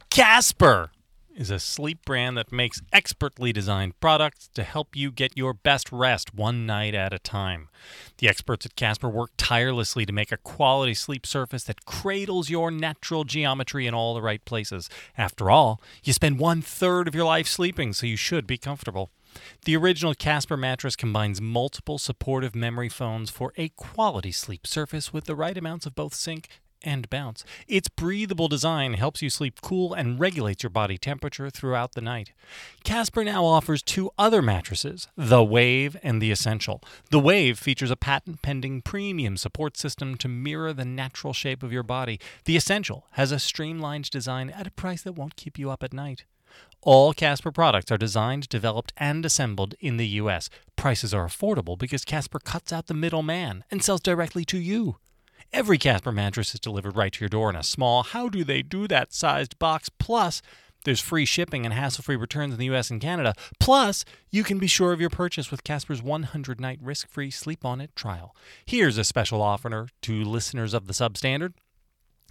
Speaker 3: Casper is a sleep brand that makes expertly designed products to help you get your best rest one night at a time. The experts at Casper work tirelessly to make a quality sleep surface that cradles your natural geometry in all the right places. After all, you spend one third of your life sleeping, so you should be comfortable. The original Casper mattress combines multiple supportive memory foams for a quality sleep surface with the right amounts of both sink and bounce. Its breathable design helps you sleep cool and regulates your body temperature throughout the night. Casper now offers two other mattresses, the Wave and the Essential. The Wave features a patent pending premium support system to mirror the natural shape of your body. The Essential has a streamlined design at a price that won't keep you up at night. All Casper products are designed, developed, and assembled in the U.S. Prices are affordable because Casper cuts out the middleman and sells directly to you. Every Casper mattress is delivered right to your door in a small, how do they do that sized box. Plus, there's free shipping and hassle free returns in the US and Canada. Plus, you can be sure of your purchase with Casper's 100 night risk free sleep on it trial. Here's a special offer to listeners of the substandard.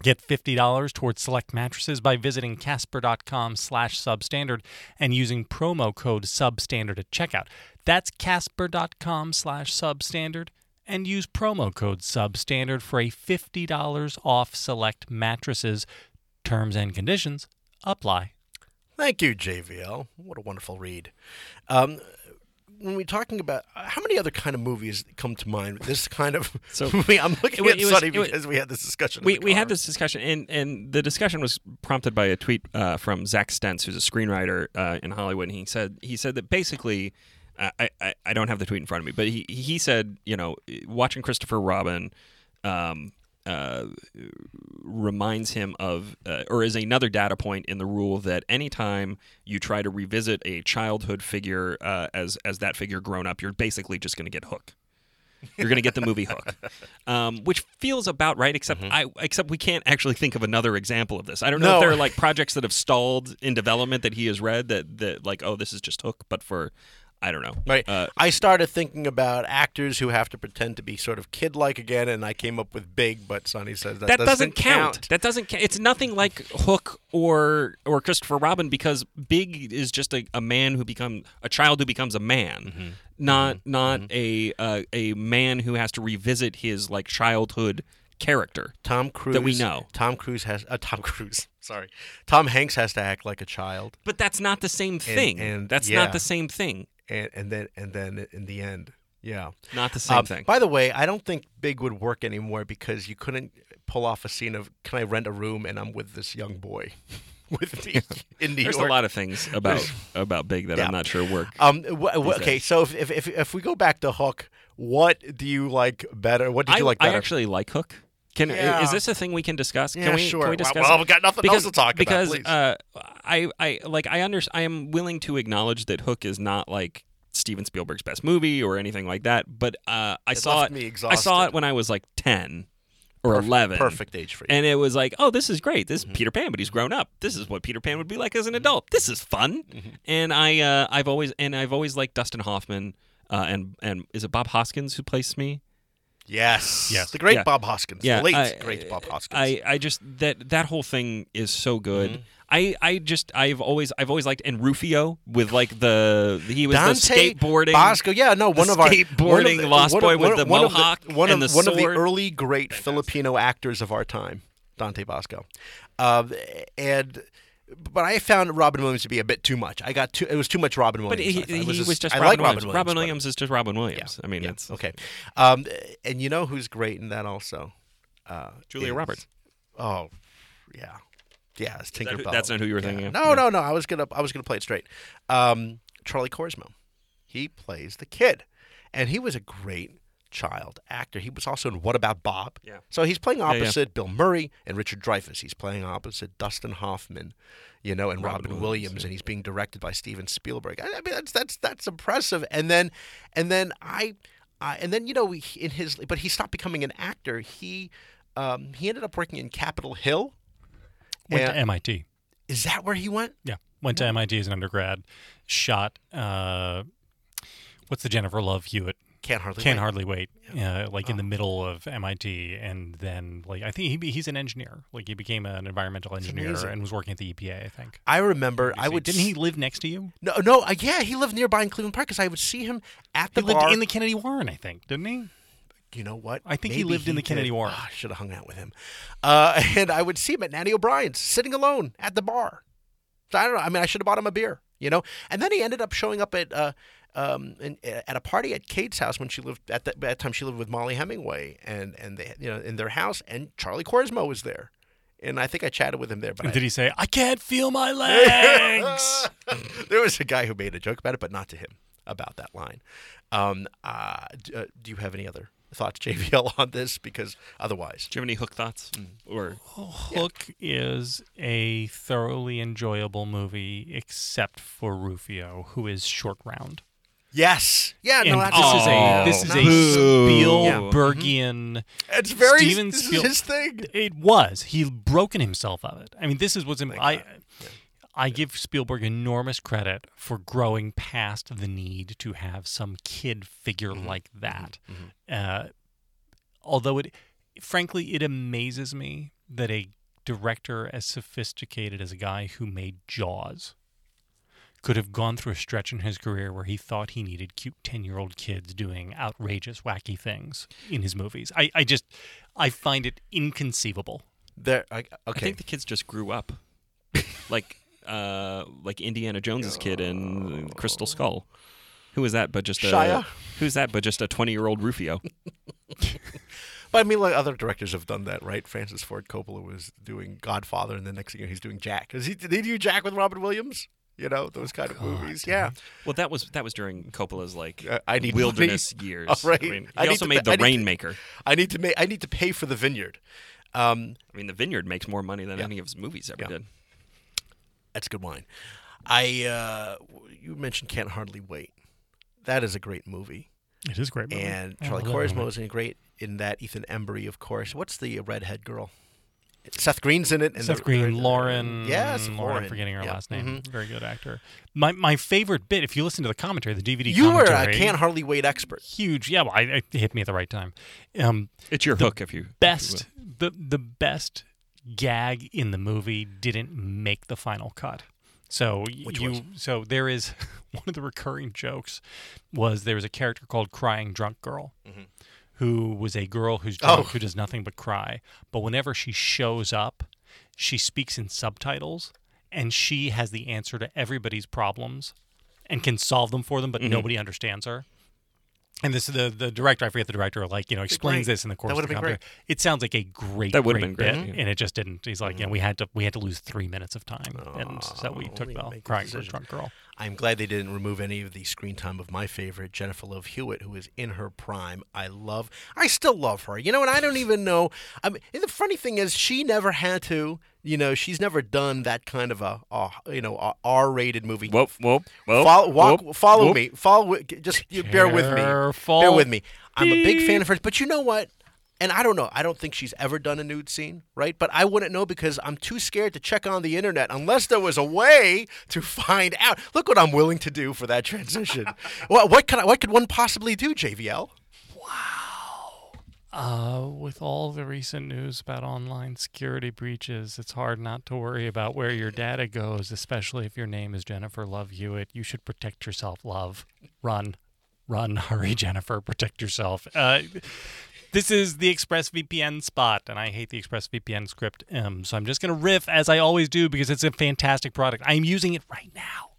Speaker 3: Get $50 towards select mattresses by visiting casper.com slash substandard and using promo code substandard at checkout. That's casper.com slash substandard and use promo code substandard for a $50 off select mattresses. Terms and conditions apply.
Speaker 2: Thank you, JVL. What a wonderful read. Um, when we're talking about how many other kind of movies come to mind, with this kind of
Speaker 4: So-
Speaker 2: movie, I'm looking
Speaker 4: wa-
Speaker 2: at
Speaker 4: it was-
Speaker 2: Sonny
Speaker 4: it was-
Speaker 2: because we had this discussion. in
Speaker 4: we,
Speaker 2: the
Speaker 4: we
Speaker 2: car.
Speaker 4: had this discussion, and, and the discussion was prompted by a tweet uh, from Zach Stentz, who's a screenwriter uh, in Hollywood. And he said he said that basically, uh, I, I I don't have the tweet in front of me, but he he said you know watching Christopher Robin. Um, uh, reminds him of, uh, or is another data point in the rule that anytime you try to revisit a childhood figure uh, as as that figure grown up, you're basically just going to get Hook. You're going to get the movie Hook, um, which feels about right. Except I, except we can't actually think of another example of this. I don't know
Speaker 2: Mm-hmm. No.
Speaker 4: if there are like projects that have stalled in development that he has read that that like oh this is just Hook, but for I don't know.
Speaker 2: Right.
Speaker 4: Uh,
Speaker 2: I started thinking about actors who have to pretend to be sort of kid-like again, and I came up with Big, but Sonny says that,
Speaker 4: that doesn't, count. That doesn't count. It's nothing like Hook or or Christopher Robin because Big is just a, a man who become a child who becomes a man,
Speaker 2: Mm-hmm.
Speaker 4: not not a uh, a man who has to revisit his like childhood character.
Speaker 2: Tom Cruise
Speaker 4: That we know.
Speaker 2: Tom Cruise has uh, Tom Cruise. Sorry, Tom Hanks has to act like a child,
Speaker 4: But that's not the same thing.
Speaker 2: and-
Speaker 4: that's
Speaker 2: yeah.
Speaker 4: not the same thing.
Speaker 2: and, and then and then in the end, yeah,
Speaker 4: Not the same
Speaker 2: Um,
Speaker 4: thing.
Speaker 2: By the way, I don't think Big would work anymore because you couldn't pull off a scene of "Can I rent a room?" and I'm with this young boy with me in New
Speaker 4: There's
Speaker 2: York.
Speaker 4: a lot of things about about Big that
Speaker 2: Yeah.
Speaker 4: I'm not sure work.
Speaker 2: Um, wh- wh- okay, so if, if if if we go back to Hook, what do you like better? What did
Speaker 4: I,
Speaker 2: you like
Speaker 4: I
Speaker 2: better?
Speaker 4: actually like Hook. Can
Speaker 2: Yeah.
Speaker 4: is this a thing we can discuss?
Speaker 2: Yeah,
Speaker 4: can we,
Speaker 2: sure.
Speaker 4: Can
Speaker 2: Well-
Speaker 4: we discuss
Speaker 2: well,
Speaker 4: it?
Speaker 2: we've got nothing
Speaker 4: because,
Speaker 2: else to talk about,
Speaker 4: Because
Speaker 2: please.
Speaker 4: uh, I, I like I under, I am willing to acknowledge that Hook is not like Steven Spielberg's best movie or anything like that. But uh, I saw
Speaker 2: left
Speaker 4: it.
Speaker 2: me
Speaker 4: I saw
Speaker 2: exhausted.
Speaker 4: it when I was like ten or eleven.
Speaker 2: perfect Mm-hmm. age for you.
Speaker 4: And it was like, oh, this is great. This is Peter Pan, but he's grown up. This is what Peter Pan would be like as an
Speaker 2: Mm-hmm.
Speaker 4: adult. This is fun. And I, uh, I've always, and I've always liked Dustin Hoffman. Uh, and and is it Bob Hoskins who plays Smee?
Speaker 2: yes,
Speaker 3: Yes.
Speaker 2: the great
Speaker 4: Yeah.
Speaker 2: Bob Hoskins,
Speaker 4: Yeah,
Speaker 2: the late
Speaker 4: I- uh,
Speaker 2: great Bob Hoskins. Mm-hmm.
Speaker 4: I, I just that that whole thing is so good. I, I just I've always I've always liked and Rufio with like the he was
Speaker 2: Dante
Speaker 4: the skateboarding
Speaker 2: Bosco, yeah, no, one of our one of
Speaker 4: skateboarding
Speaker 2: the-
Speaker 4: lost
Speaker 2: one
Speaker 4: boy
Speaker 2: of- one
Speaker 4: with the
Speaker 2: of- one of
Speaker 4: mohawk
Speaker 2: one
Speaker 4: and
Speaker 2: of,
Speaker 4: the
Speaker 2: one of the
Speaker 4: sword.
Speaker 2: early great Filipino actors of our time, Dante Bosco, Um and but I found Robin Williams to be a bit too much. I got too it was too much Robin
Speaker 4: but
Speaker 2: Williams.
Speaker 4: he,
Speaker 2: I thought.
Speaker 4: he
Speaker 2: It
Speaker 4: was just,
Speaker 2: I
Speaker 4: Robin
Speaker 2: like Robin
Speaker 4: Williams.
Speaker 2: Williams.
Speaker 4: Robin
Speaker 2: but-
Speaker 4: Williams is just Robin Williams. I mean,
Speaker 2: yeah,
Speaker 4: it's
Speaker 2: okay. Um, and you know who's great in that also? Uh,
Speaker 4: Julia
Speaker 2: is-
Speaker 4: Roberts.
Speaker 2: Oh, yeah, yeah. It's
Speaker 4: That
Speaker 2: Tinkerbell.
Speaker 4: who- that's not who you were thinking of.
Speaker 2: No, no, no. I was gonna I was gonna play it straight. Um, Charlie Corsmo, he plays the kid, and he was a great child actor. He was also in What About Bob?
Speaker 4: Yeah.
Speaker 2: So he's playing
Speaker 4: yeah.
Speaker 2: opposite Bill Murray and Richard Dreyfuss. He's playing opposite Dustin Hoffman, you know, and Robin, Williams, and he's being directed by Steven Spielberg. I, I mean, that's that's that's impressive. And then, and then I. I and then you know he- in his but he stopped becoming an actor. He um, he ended up working in Capitol Hill.
Speaker 3: Went to
Speaker 2: And-
Speaker 3: MIT.
Speaker 2: is that where he went?
Speaker 3: Yeah. Went to MIT as an undergrad. Shot, uh, what's the Jennifer Love Hewitt?
Speaker 2: Can't hardly.
Speaker 3: Can
Speaker 2: wait.
Speaker 3: hardly wait. Uh, like in the middle of MIT, and then like I think he be, he's an engineer. Like he became an environmental engineer
Speaker 2: amazing.
Speaker 3: and was working at the EPA. I think.
Speaker 2: I remember I
Speaker 3: See,
Speaker 2: would
Speaker 3: Didn't he
Speaker 2: s-
Speaker 3: live next to you?
Speaker 2: No, no. Uh, yeah, he lived nearby in Cleveland Park because I would see him at the
Speaker 3: He lived
Speaker 2: bar.
Speaker 3: in the Kennedy Warren, I think, didn't he?
Speaker 2: you know what?
Speaker 3: I think he lived in the Kennedy
Speaker 2: did.
Speaker 3: Warren.
Speaker 2: Ah, I should have hung out with him. Uh, and I would see him at Nanny O'Brien's, sitting alone at the bar. So I don't know. I mean, I should have bought him a beer, you know. And then he ended up showing up at uh, um, in, at a party at Kate's house when she lived at that, at that time she lived with Molly Hemingway and and they you know in their house and Charlie Corsmo was there, and I think I chatted with him there. But I-
Speaker 3: Did he say, I can't feel my legs?
Speaker 2: there was a guy who made a joke about it, but not to him about that line. Um, uh, d- uh, do you have any other thoughts, JVL, on this? Because otherwise,
Speaker 4: Do you have any hook thoughts?
Speaker 2: Mm.
Speaker 4: Or
Speaker 3: Hook is a thoroughly enjoyable movie, except for Rufio, who is short round.
Speaker 2: yes, yeah, no,
Speaker 3: and
Speaker 2: that's
Speaker 3: this is a
Speaker 4: Oh.
Speaker 3: this is a
Speaker 4: Boo.
Speaker 3: Spielbergian.
Speaker 2: it's very
Speaker 3: Steven
Speaker 2: this is
Speaker 3: Spiel-
Speaker 2: his thing.
Speaker 3: It was. He broken himself of it. I mean, this is what's. Im- I I give Spielberg enormous credit for growing past the need to have some kid figure like that. Uh, although it, frankly, it amazes me that a director as sophisticated as a guy who made Jaws could have gone through a stretch in his career where he thought he needed cute 10 year old kids doing outrageous, wacky things in his movies. I, I just, I find it inconceivable.
Speaker 2: There, I,
Speaker 4: I
Speaker 2: okay,
Speaker 4: think the kids just grew up, like uh, like Indiana Jones's kid in Crystal Skull. Who is that? But just a,
Speaker 2: Oh. Shia?
Speaker 4: Who's that? But just a twenty-year-old Rufio.
Speaker 2: but I mean, like other directors have done that, right? Francis Ford Coppola was doing Godfather, and the next thing you know, he's doing Jack. Is he? Did he do Jack with Robin Williams? You know those kind of movies. Yeah,
Speaker 4: Well, that was that was during Coppola's like
Speaker 2: Uh, I need
Speaker 4: wilderness
Speaker 2: money.
Speaker 4: years.
Speaker 2: All right.
Speaker 4: I mean, he
Speaker 2: I need
Speaker 4: also
Speaker 2: to
Speaker 4: made
Speaker 2: ma- I need
Speaker 4: the
Speaker 2: to-
Speaker 4: Rainmaker.
Speaker 2: I need to make. I need to pay for the vineyard. Um,
Speaker 4: I mean, the Vineyard makes more money than any of his movies ever did.
Speaker 2: That's good wine. I uh, you mentioned can't hardly wait. That is a great movie,
Speaker 3: It is a great movie.
Speaker 2: and
Speaker 3: Mm-hmm. I
Speaker 2: Charlie
Speaker 3: love that
Speaker 2: Corismo is in great in that. Ethan Embry, of course. What's the uh, redhead girl? Seth Green's in it. And
Speaker 3: Seth
Speaker 2: the-
Speaker 3: Green, Lauren.
Speaker 2: Yes,
Speaker 3: Lauren.
Speaker 2: Lauren.
Speaker 3: I'm forgetting her
Speaker 2: Yeah. Mm-hmm.
Speaker 3: last name. Very good actor. My my favorite bit, if you listen to the commentary, the DVD
Speaker 2: You were a
Speaker 3: commentary,
Speaker 2: can't hardly wait expert.
Speaker 3: huge. Yeah, well, I, it hit me at the right time. Um,
Speaker 4: It's your hook if you if you
Speaker 3: best
Speaker 4: will.
Speaker 3: the the best gag in the movie didn't make the final cut. So you so there is one of the recurring jokes was there was a character called Crying Drunk Girl. Who was a girl who's drunk,
Speaker 2: Mm-hmm. Oh.
Speaker 3: who does nothing but cry. But whenever she shows up, she speaks in subtitles and she has the answer to everybody's problems and can solve them for them,
Speaker 2: Mm-hmm.
Speaker 3: but nobody understands her. And this is the the director. I forget the director. Like you know, explains
Speaker 2: great.
Speaker 3: this in the course
Speaker 2: That
Speaker 3: of the
Speaker 2: would've been
Speaker 3: commentary. It sounds like a great
Speaker 4: That
Speaker 3: would
Speaker 4: would've
Speaker 3: have
Speaker 4: been great,
Speaker 3: bit,
Speaker 4: yeah. Mm.
Speaker 3: and it just didn't. He's like, you know, we had to we had to lose three minutes of time, and so
Speaker 4: Oh,
Speaker 3: we took
Speaker 2: we
Speaker 3: the
Speaker 2: make a
Speaker 3: crying for a
Speaker 2: decision.
Speaker 3: drunk girl.
Speaker 2: I'm glad they didn't remove any of the screen time of my favorite Jennifer Love Hewitt, who is in her prime. I love, I still love her. You know, and I don't even know. I mean, and the funny thing is, she never had to. You know, she's never done that kind of a, uh, you know, a R-rated movie.
Speaker 4: Whoop whoop whoop.
Speaker 2: Follow, walk,
Speaker 4: whoop,
Speaker 2: follow
Speaker 4: whoop.
Speaker 2: me. Follow. wi- g- Just you bear with me. Bear
Speaker 3: Careful.
Speaker 2: with me. I'm a big fan of hers, but you know what? And I don't know. I don't think she's ever done a nude scene, right? But I wouldn't know because I'm too scared to check on the internet unless there was a way to find out. Look what I'm willing to do for that transition. what, what could I, what could one possibly do, JVL?
Speaker 3: Uh, with all the recent news about online security breaches, it's hard not to worry about where your data goes, especially if your name is Jennifer Love Hewitt. You should protect yourself, love. Run, run, hurry, Jennifer, protect yourself. Uh, this is the ExpressVPN spot, and I hate the ExpressVPN script. Um, so I'm just going to riff as I always do because it's a fantastic product. I'm using it right now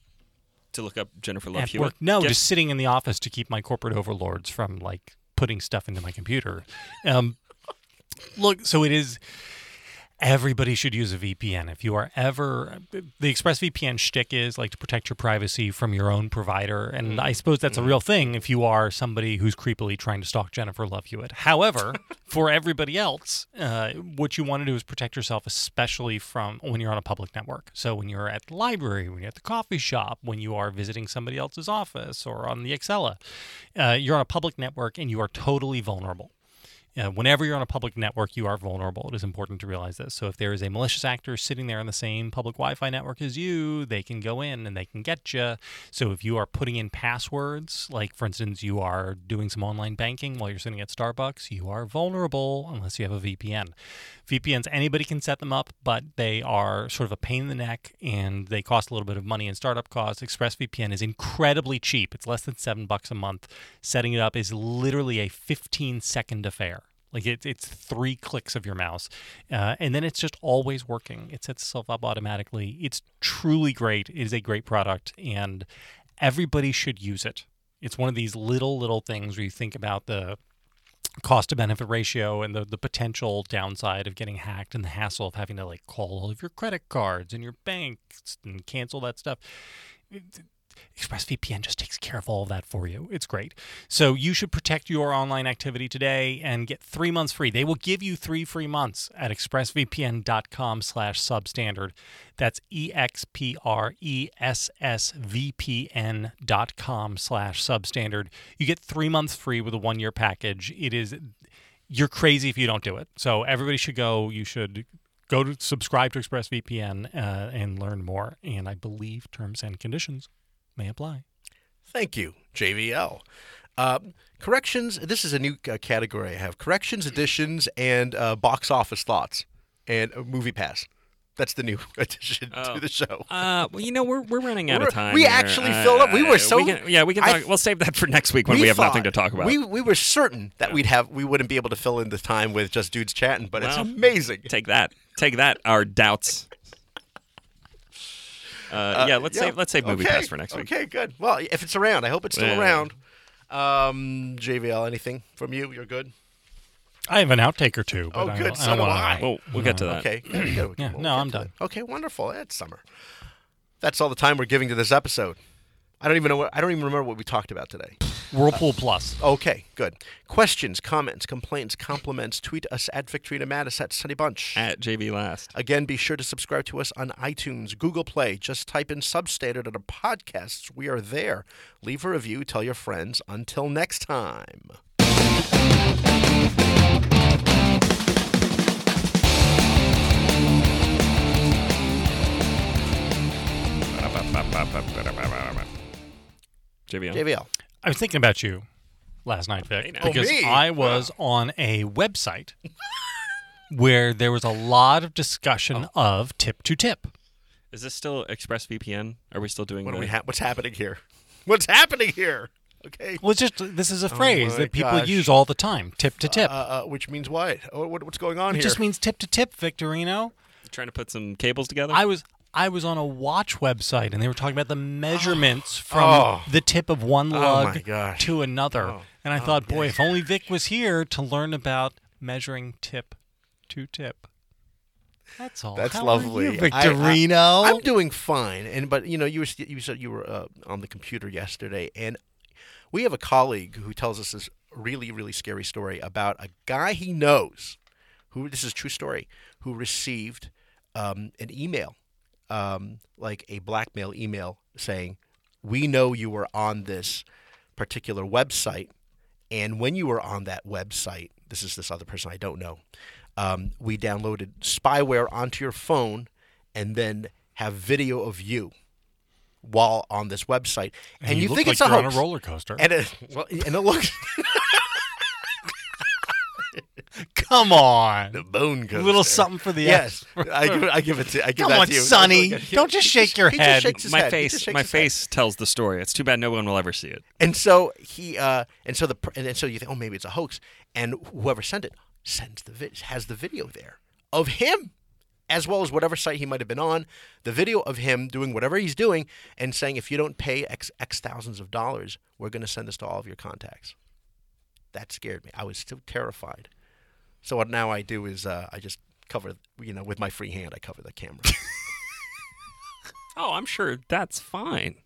Speaker 4: to look up Jennifer Love
Speaker 3: at
Speaker 4: Hewitt.
Speaker 3: work. No,
Speaker 4: Get-
Speaker 3: just sitting in the office to keep my corporate overlords from like putting stuff into my computer. Um, look, so it is. Everybody should use a VPN. If you are ever the ExpressVPN shtick is like to protect your privacy from your own provider, and I suppose that's a real thing if you are somebody who's creepily trying to stalk Jennifer Love Hewitt. However, for everybody else, uh, what you want to do is protect yourself, especially from when you're on a public network. So when you're at the library, when you're at the coffee shop, when you are visiting somebody else's office or on the Excella, uh, you're on a public network and you are totally vulnerable. Uh, whenever you're on a public network, you are vulnerable. It is important to realize this. So, if there is a malicious actor sitting there on the same public Wi Fi network as you, they can go in and they can get you. So, if you are putting in passwords, like for instance, you are doing some online banking while you're sitting at Starbucks, you are vulnerable unless you have a VPN. VPNs, anybody can set them up, but they are sort of a pain in the neck and they cost a little bit of money in startup costs. ExpressVPN is incredibly cheap. It's less than seven bucks a month. Setting it up is literally a 15 second affair. Like it, it's three clicks of your mouse. Uh, and then it's just always working. It sets itself up automatically. It's truly great. It is a great product and everybody should use it. It's one of these little little things where you think about the cost to benefit ratio and the, the potential downside of getting hacked and the hassle of having to like call all of your credit cards and your banks and cancel that stuff. ExpressVPN just takes care of all of that for you. It's great. So you should protect your online activity today and get three months free. They will give you three free months at expressvpn.com slash substandard. That's E E-X-P-R-E-S-S-V-P-N dot com slash substandard. You get three months free with a one-year package. It is, you're crazy if you don't do it. So everybody should go. You should go to subscribe to ExpressVPN uh, and learn more. And I believe terms and conditions may apply.
Speaker 2: Thank you, JVL. Uh, corrections. This is a new uh, category I have: corrections, additions, and uh, box office thoughts, and uh, movie pass. That's the new addition to the show.
Speaker 4: Uh, well, you know we're we're running out
Speaker 2: We're-
Speaker 4: of time.
Speaker 2: we
Speaker 4: here. Uh,
Speaker 2: actually filled up. We were so-
Speaker 4: we can- yeah, we can.
Speaker 2: I-
Speaker 4: Talk, we'll save that for next week when we, have nothing
Speaker 2: thought-
Speaker 4: to talk about.
Speaker 2: we we were certain that we'd have we wouldn't be able to fill in the time with just dudes chatting, but it's
Speaker 4: Well,
Speaker 2: amazing.
Speaker 4: Take that. Take that. Our doubts. Uh, yeah, let's save let's save movie
Speaker 2: okay.
Speaker 4: pass for next week.
Speaker 2: Okay, good. Well, if it's around, I hope it's still
Speaker 4: Yeah.
Speaker 2: around. Um, JVL, anything from you? You're good.
Speaker 3: I have an outtake or two. But
Speaker 2: Oh,
Speaker 3: I
Speaker 2: good.
Speaker 3: don't- I
Speaker 2: So
Speaker 3: don't
Speaker 2: do
Speaker 3: wanna-
Speaker 2: I.
Speaker 4: Well, we'll get to that.
Speaker 2: Uh, Okay. Yeah, we gotta-
Speaker 3: Yeah,
Speaker 2: we'll
Speaker 3: no,
Speaker 2: get
Speaker 3: I'm
Speaker 2: to
Speaker 3: done.
Speaker 2: that. Okay, wonderful. That's summer. That's all the time we're giving to this episode. I don't even know. What, I don't even remember what we talked about today.
Speaker 3: Whirlpool Plus.
Speaker 2: Okay, good. Questions, comments, complaints, compliments. Tweet us at Victorina Mattis at Sunny Bunch.
Speaker 4: At JV last.
Speaker 2: Again, be sure to subscribe to us on iTunes, Google Play. Just type in Substandard under podcasts. We are there. Leave a review. Tell your friends. Until next time.
Speaker 4: JVL.
Speaker 2: JVL.
Speaker 3: I was thinking about you last night, Vic,
Speaker 4: now. Oh,
Speaker 3: because
Speaker 2: me?
Speaker 3: I was on a website where there was a lot of discussion
Speaker 2: Oh.
Speaker 3: of tip to tip.
Speaker 4: Is this still ExpressVPN? Are we still doing
Speaker 2: What
Speaker 4: the-
Speaker 2: do we ha- what's happening here? What's happening here? Okay.
Speaker 3: Well, it's just this is a phrase
Speaker 2: Oh my
Speaker 3: that people
Speaker 2: gosh.
Speaker 3: use all the time. Tip to tip.
Speaker 2: Uh, uh, which means what? Oh, what what's going on
Speaker 3: it
Speaker 2: here?
Speaker 3: just means tip to tip, Victorino.
Speaker 4: trying to put some cables together?
Speaker 3: I was I was on a watch website and they were talking about the measurements from
Speaker 2: Oh.
Speaker 3: the tip of one
Speaker 2: my
Speaker 3: lug
Speaker 2: gosh. Oh.
Speaker 3: to another. And I thought, boy, if only Vic was here to learn about measuring tip to tip. That's all.
Speaker 2: That's
Speaker 3: How are you,
Speaker 2: lovely, I- I-
Speaker 3: Victorino.
Speaker 2: I'm doing fine, and but you know, you were, st- you said you were uh, on the computer yesterday, and we have a colleague who tells us this really really scary story about a guy he knows, who this is a true story, who received um, an email, um, like a blackmail email saying, "We know you were on this particular website, and when you were on that website, this is this other person I don't know. Um, we downloaded spyware onto your phone, and then have video of you while on this website. And, you,
Speaker 3: look
Speaker 2: think
Speaker 3: like
Speaker 2: it's a
Speaker 3: you're on
Speaker 2: hoax.
Speaker 3: a roller coaster.
Speaker 2: And it, well, and it looks
Speaker 3: Come on.
Speaker 2: the bone goes
Speaker 3: A little
Speaker 2: there.
Speaker 3: something for the
Speaker 2: Yes, I give, I give it to I give
Speaker 3: Come
Speaker 2: that
Speaker 3: on,
Speaker 2: to you.
Speaker 3: Sonny.
Speaker 2: He- he-
Speaker 3: Don't just
Speaker 2: he
Speaker 3: shake your
Speaker 2: he
Speaker 3: head.
Speaker 2: Just shakes his
Speaker 4: my
Speaker 2: head. He just
Speaker 4: face
Speaker 2: shakes
Speaker 4: my
Speaker 2: his head.
Speaker 4: face tells the story. It's too bad no one will ever see it.
Speaker 2: And so he, uh, and so the, pr- and then so you think, oh, maybe it's a hoax. And whoever sent it sends the vid- has the video there of him, as well as whatever site he might have been on, the video of him doing whatever he's doing and saying, if you don't pay x x thousands of dollars, we're going to send this to all of your contacts. That scared me. I was still terrified. So what now I do is uh, I just cover, you know, with my free hand, I cover the camera.
Speaker 4: Oh, I'm sure that's fine.